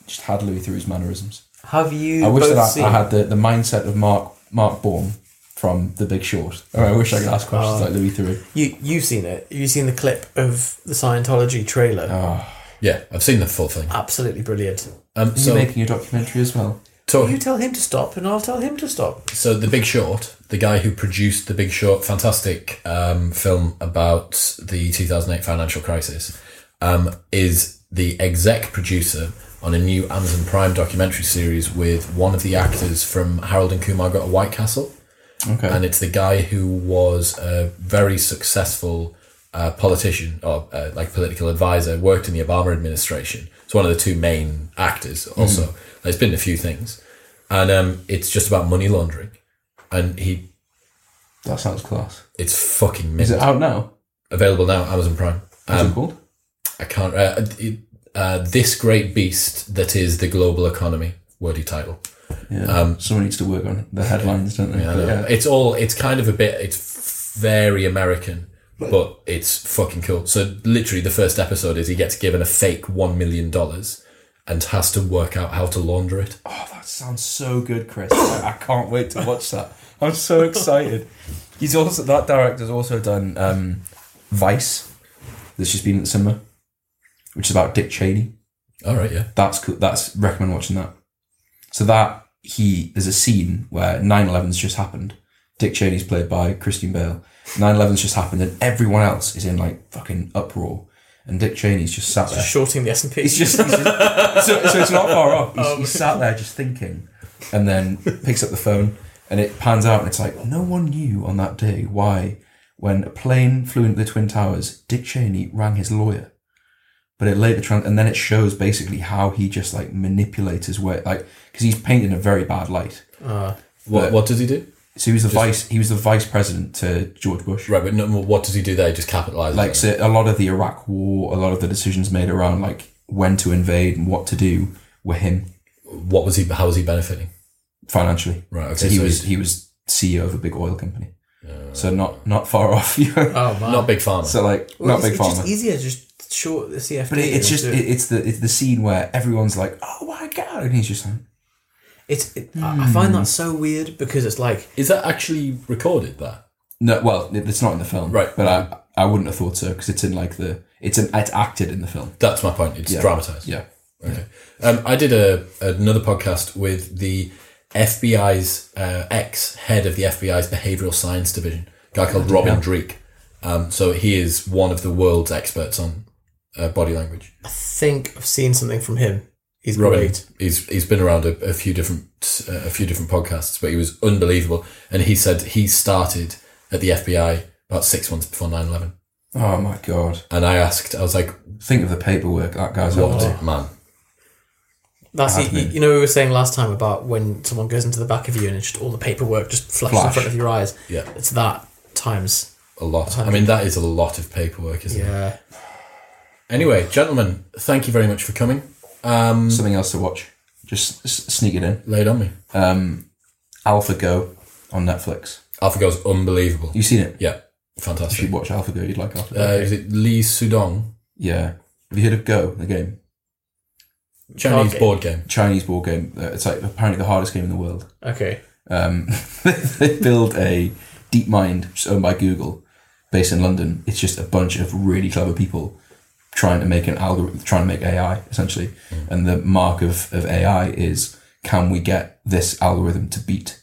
B: Just had Louis Theroux's mannerisms.
C: Have you
B: I wish
C: both
B: that I,
C: seen?
B: I had the, the mindset of Mark Mark Baum from The Big Short. Or I wish I could
A: Ah.
B: ask questions like Louis Theroux.
C: You you've seen it. You've seen the clip of the Scientology trailer.
B: Ah.
A: Yeah, I've seen the full thing.
C: Absolutely brilliant.
A: Um,
B: You're
A: so,
B: making a documentary as well.
C: You
A: talking,
C: tell him to stop, and I'll tell him to stop.
A: so the Big Short, the guy who produced the Big Short, fantastic um, film about the 2008 financial crisis, um, is the exec producer on a new Amazon Prime documentary series with one of the actors from Harold and Kumar Go to White Castle.
B: Okay.
A: and it's the guy who was a very successful uh, politician or uh, like political advisor, worked in the Obama administration. It's one of the two main actors. Also,
B: Mm-hmm.
A: there's been a few things, and um, it's just about money laundering, and he
B: that sounds class.
A: it's fucking mint.
B: Is it out now?
A: available now Amazon Prime.
B: What's it
A: Um,
B: called?
A: I can't. Uh, it, uh, This Great Beast That Is the Global Economy, wordy title.
B: Yeah. Someone needs to work on the headlines, don't they?
A: um, I know.
B: Yeah.
A: It's all. It's kind of a bit. It's very American, but it's fucking cool. So literally, the first episode is he gets given a fake one million dollars and has to work out how to launder it.
B: Oh, that sounds so good, Chris. I I can't wait to watch that. I'm so excited. He's also that director's also done um, Vice, that's just been in the cinema, which is about Dick Cheney.
A: All right, yeah.
B: That's cool. That's recommend watching that. So that he there's a scene where 9/11's just happened. Dick Cheney's played by Christian Bale. 9/11's just happened, and everyone else is in like fucking uproar, and Dick Cheney's just sat there.
C: Shorting the S and P.
B: He's just, he's just so, so it's not far off. He's, he's sat there just thinking, and then picks up the phone, and it pans out, and it's like no one knew on that day why, when a plane flew into the twin towers, Dick Cheney rang his lawyer, but it later trans, and then it shows basically how he just like manipulates his way, like because he's painted in a very bad light.
A: What
B: But-
A: What does he do?
B: So he was the vice, he was the vice president to George Bush.
A: Right, but no, what does he do there? He just capitalizes.
B: like so a lot of the Iraq War, a lot of the decisions made around like when to invade and what to do were him.
A: what was he? How was he benefiting?
B: financially.
A: Right, okay,
B: So he
A: so
B: was
A: he's-
B: he was CEO of a big oil company. so not not far (laughs) off. You know?
C: oh man.
A: Not big farmer.
B: so like not big
C: it's
B: farmer.
C: Just easier, just short the CFD.
B: but it, it's just
C: it,
B: it, it's the it's the scene where everyone's like, oh my god, and he's just like,
C: it's. It, I I
B: hmm.
C: find that so weird because it's like
A: Is that actually recorded? That
B: no, well, it- it's not in the film,
A: Right.
B: But I I wouldn't have thought so because it's in like the it's an it's acted in the film.
A: that's my point. It's dramatized.
B: Yeah,
A: Okay. Um, I did a another podcast with the FBI's uh, ex head of the FBI's behavioral science division, a guy called Robin Dreek. Um, so he is one of the world's experts on uh, body language.
C: I think I've seen something from him. He's
A: Robin,
C: great.
A: he's he's been around a, a few different uh, a few different podcasts, but he was unbelievable. And he said he started at the FBI about six months before 9-11.
B: Oh my god!
A: And I asked, I was like,
B: Think of the paperwork that guy's up
A: "What
B: to.
A: man?"
C: That's you,
B: Admin.
C: you know we were saying last time about when someone goes into the back of you and it's just all the paperwork just flashes in
B: Flash.
C: front of your eyes.
A: Yeah.
C: It's that times.
A: A lot. I mean, that is a lot of paperwork, isn't it?
C: Yeah.
A: Anyway, gentlemen, thank you very much for coming.
B: Something else to watch. Just s- sneak it in.
A: Lay it on me.
B: AlphaGo on Netflix.
A: AlphaGo's unbelievable.
B: You seen it?
A: Yeah,
B: If you
A: fantastic.
B: watch AlphaGo, you'd like AlphaGo.
A: Uh, is it Lee Sudong?
B: Yeah. Have you heard of Go, the game?
A: Chinese
C: Okay.
A: board game.
B: Chinese board game. Uh, It's like apparently the hardest game in the world.
C: Okay.
B: Um, (laughs) they build a deep mind which is owned by Google, based in London. It's just a bunch of really clever people trying to make an algorithm, trying to make AI essentially.
C: Mm.
B: And the mark of, of AI is can we get this algorithm to beat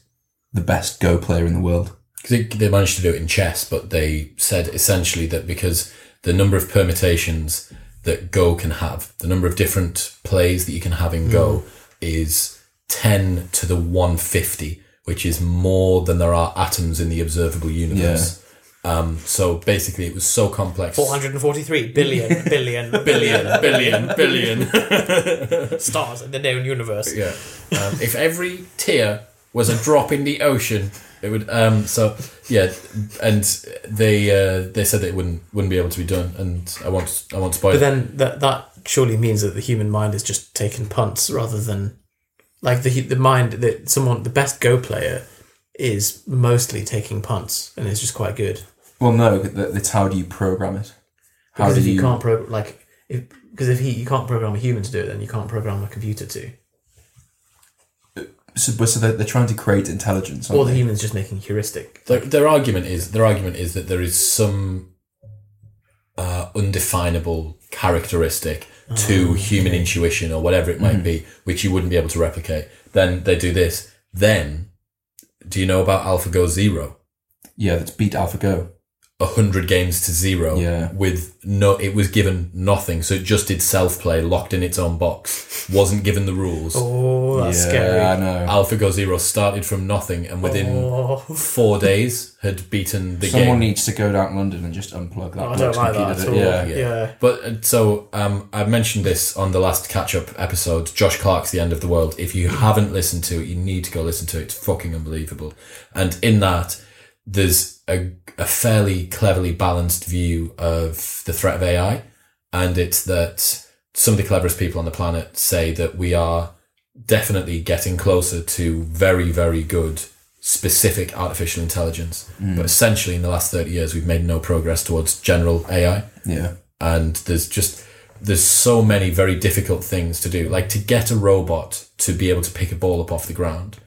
B: the best Go player in the world?
A: Because they managed to do it in chess, but they said essentially that because the number of permutations that Go can have, the number of different plays that you can have in Go is 10 to the 150, which is more than there are atoms in the observable universe. Um, so basically, it was so complex.
C: 443
A: (laughs)
C: billion, billion,
A: Billion, billion, billion.
C: (laughs) stars in the known universe.
A: Yeah. Um, if every tear was a drop in the ocean, it would. Um, so yeah, and they uh, they said that it wouldn't wouldn't be able to be done, and I want I want to buy
C: But
A: it.
C: then that that surely means that the human mind is just taking punts rather than like the hu- the mind that someone the best go player is mostly taking punts and is just quite good.
B: Well, no, that- it's how do you program it? How
C: Because
B: do
C: if you, can't program like if because if he you can't program a human to do it, then you can't program a computer to.
B: So, but so they're, they're trying to create intelligence. aren't
C: Or the
B: they?
C: human's just making heuristic.
A: Their, their argument is their argument is that there is some uh, undefinable characteristic to human intuition or whatever it might be, which you wouldn't be able to replicate. Then they do this. Then, do you know about AlphaGo Zero?
B: yeah, that's beat AlphaGo.
A: 100 games to zero
B: Yeah.
A: with no it was given nothing so it just did self play locked in its own box wasn't given the rules
C: Oh, that's
B: yeah, I
C: scary.
B: know.
A: AlphaGo Zero started from nothing and within
C: Oh. (laughs)
A: four days had beaten the
B: Someone
A: game
B: needs to go down to London and just unplug that.
C: Oh, I
B: bloke's
C: don't like that
B: computer
C: at all. Yeah.
B: Yeah.
A: but uh, so um, I mentioned this on the last catch up episode Josh Clark's The End of the World if you haven't listened to it you need to go listen to it it's fucking unbelievable and in that there's a, a fairly cleverly balanced view of the threat of AI and it's that some of the cleverest people on the planet say that we are definitely getting closer to very, very good specific artificial intelligence. But essentially, in the last 30 years, we've made no progress towards general AI.
B: Yeah.
A: And there's just, there's so many very difficult things to do. Like to get a robot to be able to pick a ball up off the ground,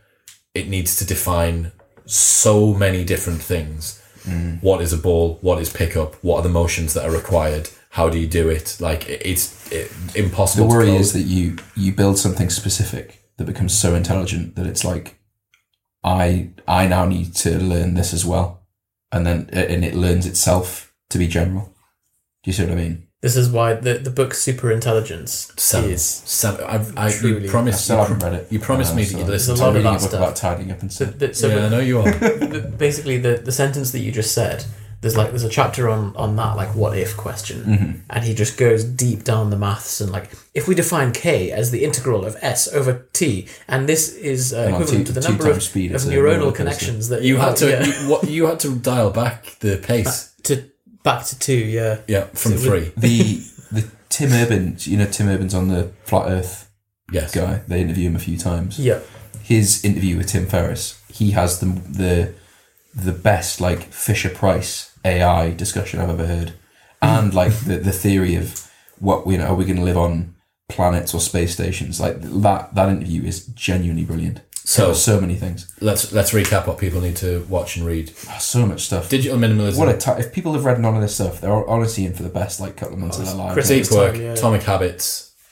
A: it needs to define so many different things. What is a ball? What is pickup? What are the motions that are required? How do you do it? Like it, it's it,
B: The
A: impossible.
B: worry
A: to code.
B: is that you you build something specific that becomes so intelligent that it's like, I I now need to learn this as well, and then and it learns itself to be general. Do you see what I mean?
C: This is why the, the book Superintelligence
A: Seven.
C: is
A: Seven. I've, I,
C: Truly.
A: you
B: I
A: promised.
B: still
A: You,
B: haven't read it.
A: you promised
B: Uh,
A: me
B: so
A: that you'd
B: I'm
A: listen.
C: There's a lot
B: reading
C: of
B: a
C: that
B: book about
C: stuff.
B: tidying up and
C: so,
B: stuff.
C: the, so
A: yeah, I know you
B: (laughs)
A: are.
C: (laughs) the- the- basically the, the sentence that you just said there's like there's a chapter on on that like what if question
B: Mm. Mm-hmm.
C: and he just goes deep down the maths and like if we define k as the integral of s over t and this is uh,
B: on,
C: equivalent
B: two-
C: to the
B: two
C: number of,
B: times speed
C: of
B: is a
C: neuronal
B: roller
C: connections that
A: You had to.
C: (laughs)
B: (laughs)
C: yeah.
A: You, what, you had to dial back the pace.
C: to back to two yeah
A: Yeah, from
C: So
A: three.
B: the the Tim Urban, you know Tim Urban's on the uh, Flat Earth
A: Yes.
B: guy. They interview him a few times.
C: yeah
B: His interview with Tim Ferriss, he has the the the best like Fisher Price AI discussion I've ever heard, and like the the theory of what you know are we going to live on planets or space stations like that that interview is genuinely brilliant
A: So-
B: Covers so many things
A: Let's let's recap what people need to watch and read.
B: Oh, so much stuff
A: Digital minimalism.
B: what a ti if people have read none of this stuff they're honestly in for the best like couple of months of their lives
C: Chris-
A: deep
C: Next
A: work,
C: time, yeah.
A: atomic habits.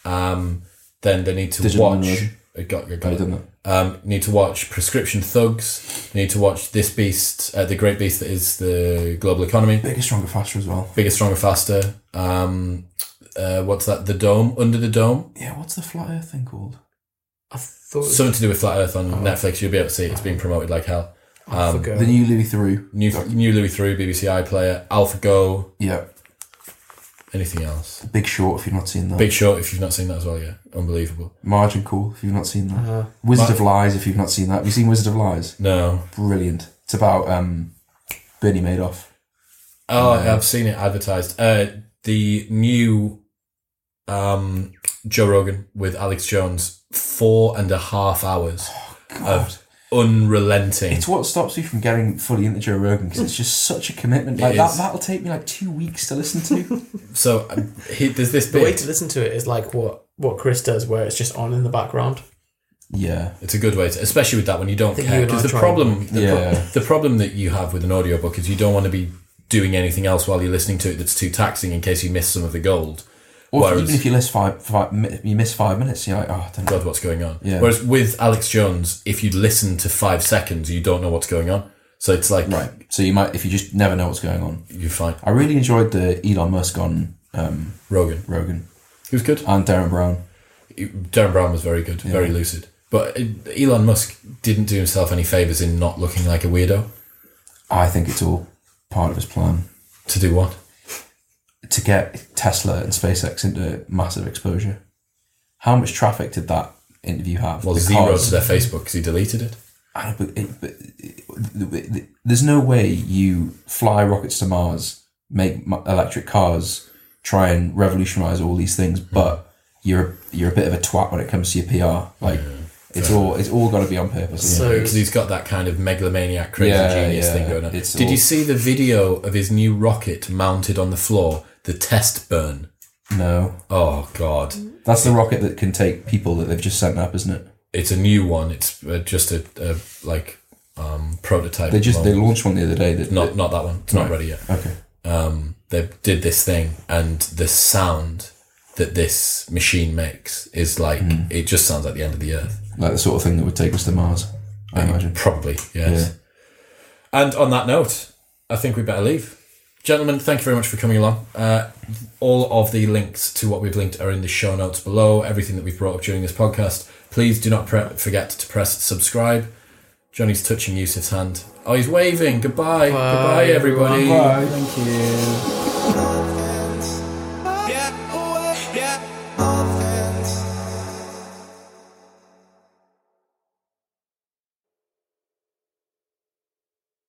A: Um, then they need to
B: Digital
A: watch.
B: minimalism.
A: I got, I got
B: I've
A: it.
B: done that
A: Um, need to watch Prescription Thugs. Need to watch this beast, uh, the great beast that is the global economy.
B: bigger stronger faster as well
A: Bigger, stronger, faster. Um, uh, what's that? The dome, under the dome.
B: yeah what's the flat earth thing called
C: i thought
A: Something to do with flat Earth on Netflix. You'll be able to see it. it's being promoted like hell.
C: I forgot.
B: The new Louis Theroux.
A: New, new Louis Through, BBC iPlayer, AlphaGo.
B: Yeah,
A: Anything else?
B: Big Short. If you've not seen that,
A: Big Short. If you've not seen that as well yet, unbelievable.
B: Margin Call. If you've not seen
A: Uh,
B: that, Wizard of Lies. If you've not seen that, have you seen Wizard of Lies?
A: No.
B: Brilliant. It's about um, Bernie Madoff.
A: Oh, I've seen it advertised. Uh, the new um, Joe Rogan with Alex Jones, four and a half hours of unrelenting.
B: It's what stops me from getting fully into Joe Rogan because it's just such a commitment. Like
A: It
B: that,
A: is.
B: that'll take me like two weeks to
A: (laughs)
B: listen to.
A: so uh, he, there's this
C: the way
A: bit.
C: to listen to it is like what what chris does where it's just on in the background
B: yeah,
A: It's a good way, to, especially with that when you don't
C: think
A: care.
C: you and I
A: Because the
C: tried.
A: problem, the, pro-
B: Yeah.
A: the problem that you have with an audiobook is you don't want to be doing anything else while you're listening to it that's too taxing in case you miss some of the gold.
B: or if-
A: Whereas-
B: even if you list five, five, mi- you miss five minutes, you're like, oh, I don't know.
A: God, what's going on?
B: Yeah.
A: Whereas with Alex Jones, if you listen to five seconds, you don't know what's going on. So it's like
B: Right. So you might, if you just never know what's going on.
A: you're fine.
B: I really enjoyed the Elon Musk on um,
A: Rogan,
B: Rogan
A: he was good.
B: and Darren Brown.
A: Darren Brown was very good, very lucid. But uh, Elon Musk didn't do himself any favors in not looking like a weirdo.
B: I think it's all part of his plan.
A: To do what?
B: to get Tesla and SpaceX into massive exposure. How much traffic did that interview have?
A: Well, zero to their Facebook because he deleted it.
B: I know, but, it, but it- there's no way you fly rockets to Mars, make m- electric cars, try and revolutionize all these things,
A: Hmm.
B: but you're you're a bit of a twat when it comes to your PR. Like it's all it's all got to be on purpose. isn't it?
C: so
A: because he's got that kind of megalomaniac, crazy
B: Yeah,
A: genius
B: yeah,
A: thing going on.
B: it's
A: Did
B: all-
A: you see the video of his new rocket mounted on the floor? The test burn.
B: No,
A: Oh God,
B: that's the rocket that can take people that they've just sent up, isn't it?
A: it's a new one. It's uh, just a, a like um, prototype.
B: They just
A: one.
B: they launched one the other day that
A: not not that one. It's not ready yet.
B: okay.
A: um, they did this thing, and the sound that this machine makes is like
B: Hmm.
A: it just sounds like the end of the earth.
B: like the sort of thing that would take us to Mars. I imagine.
A: Probably, yes. And on that note, I think we better leave. Gentlemen, thank you very much for coming along. Uh, all of the links to what we've linked are in the show notes below. Everything that we've brought up during this podcast. Please do not pre- forget to press subscribe. Johnny's touching Yusuf's hand. Oh, he's waving. Goodbye. Goodbye, everybody.
B: Bye. Thank you.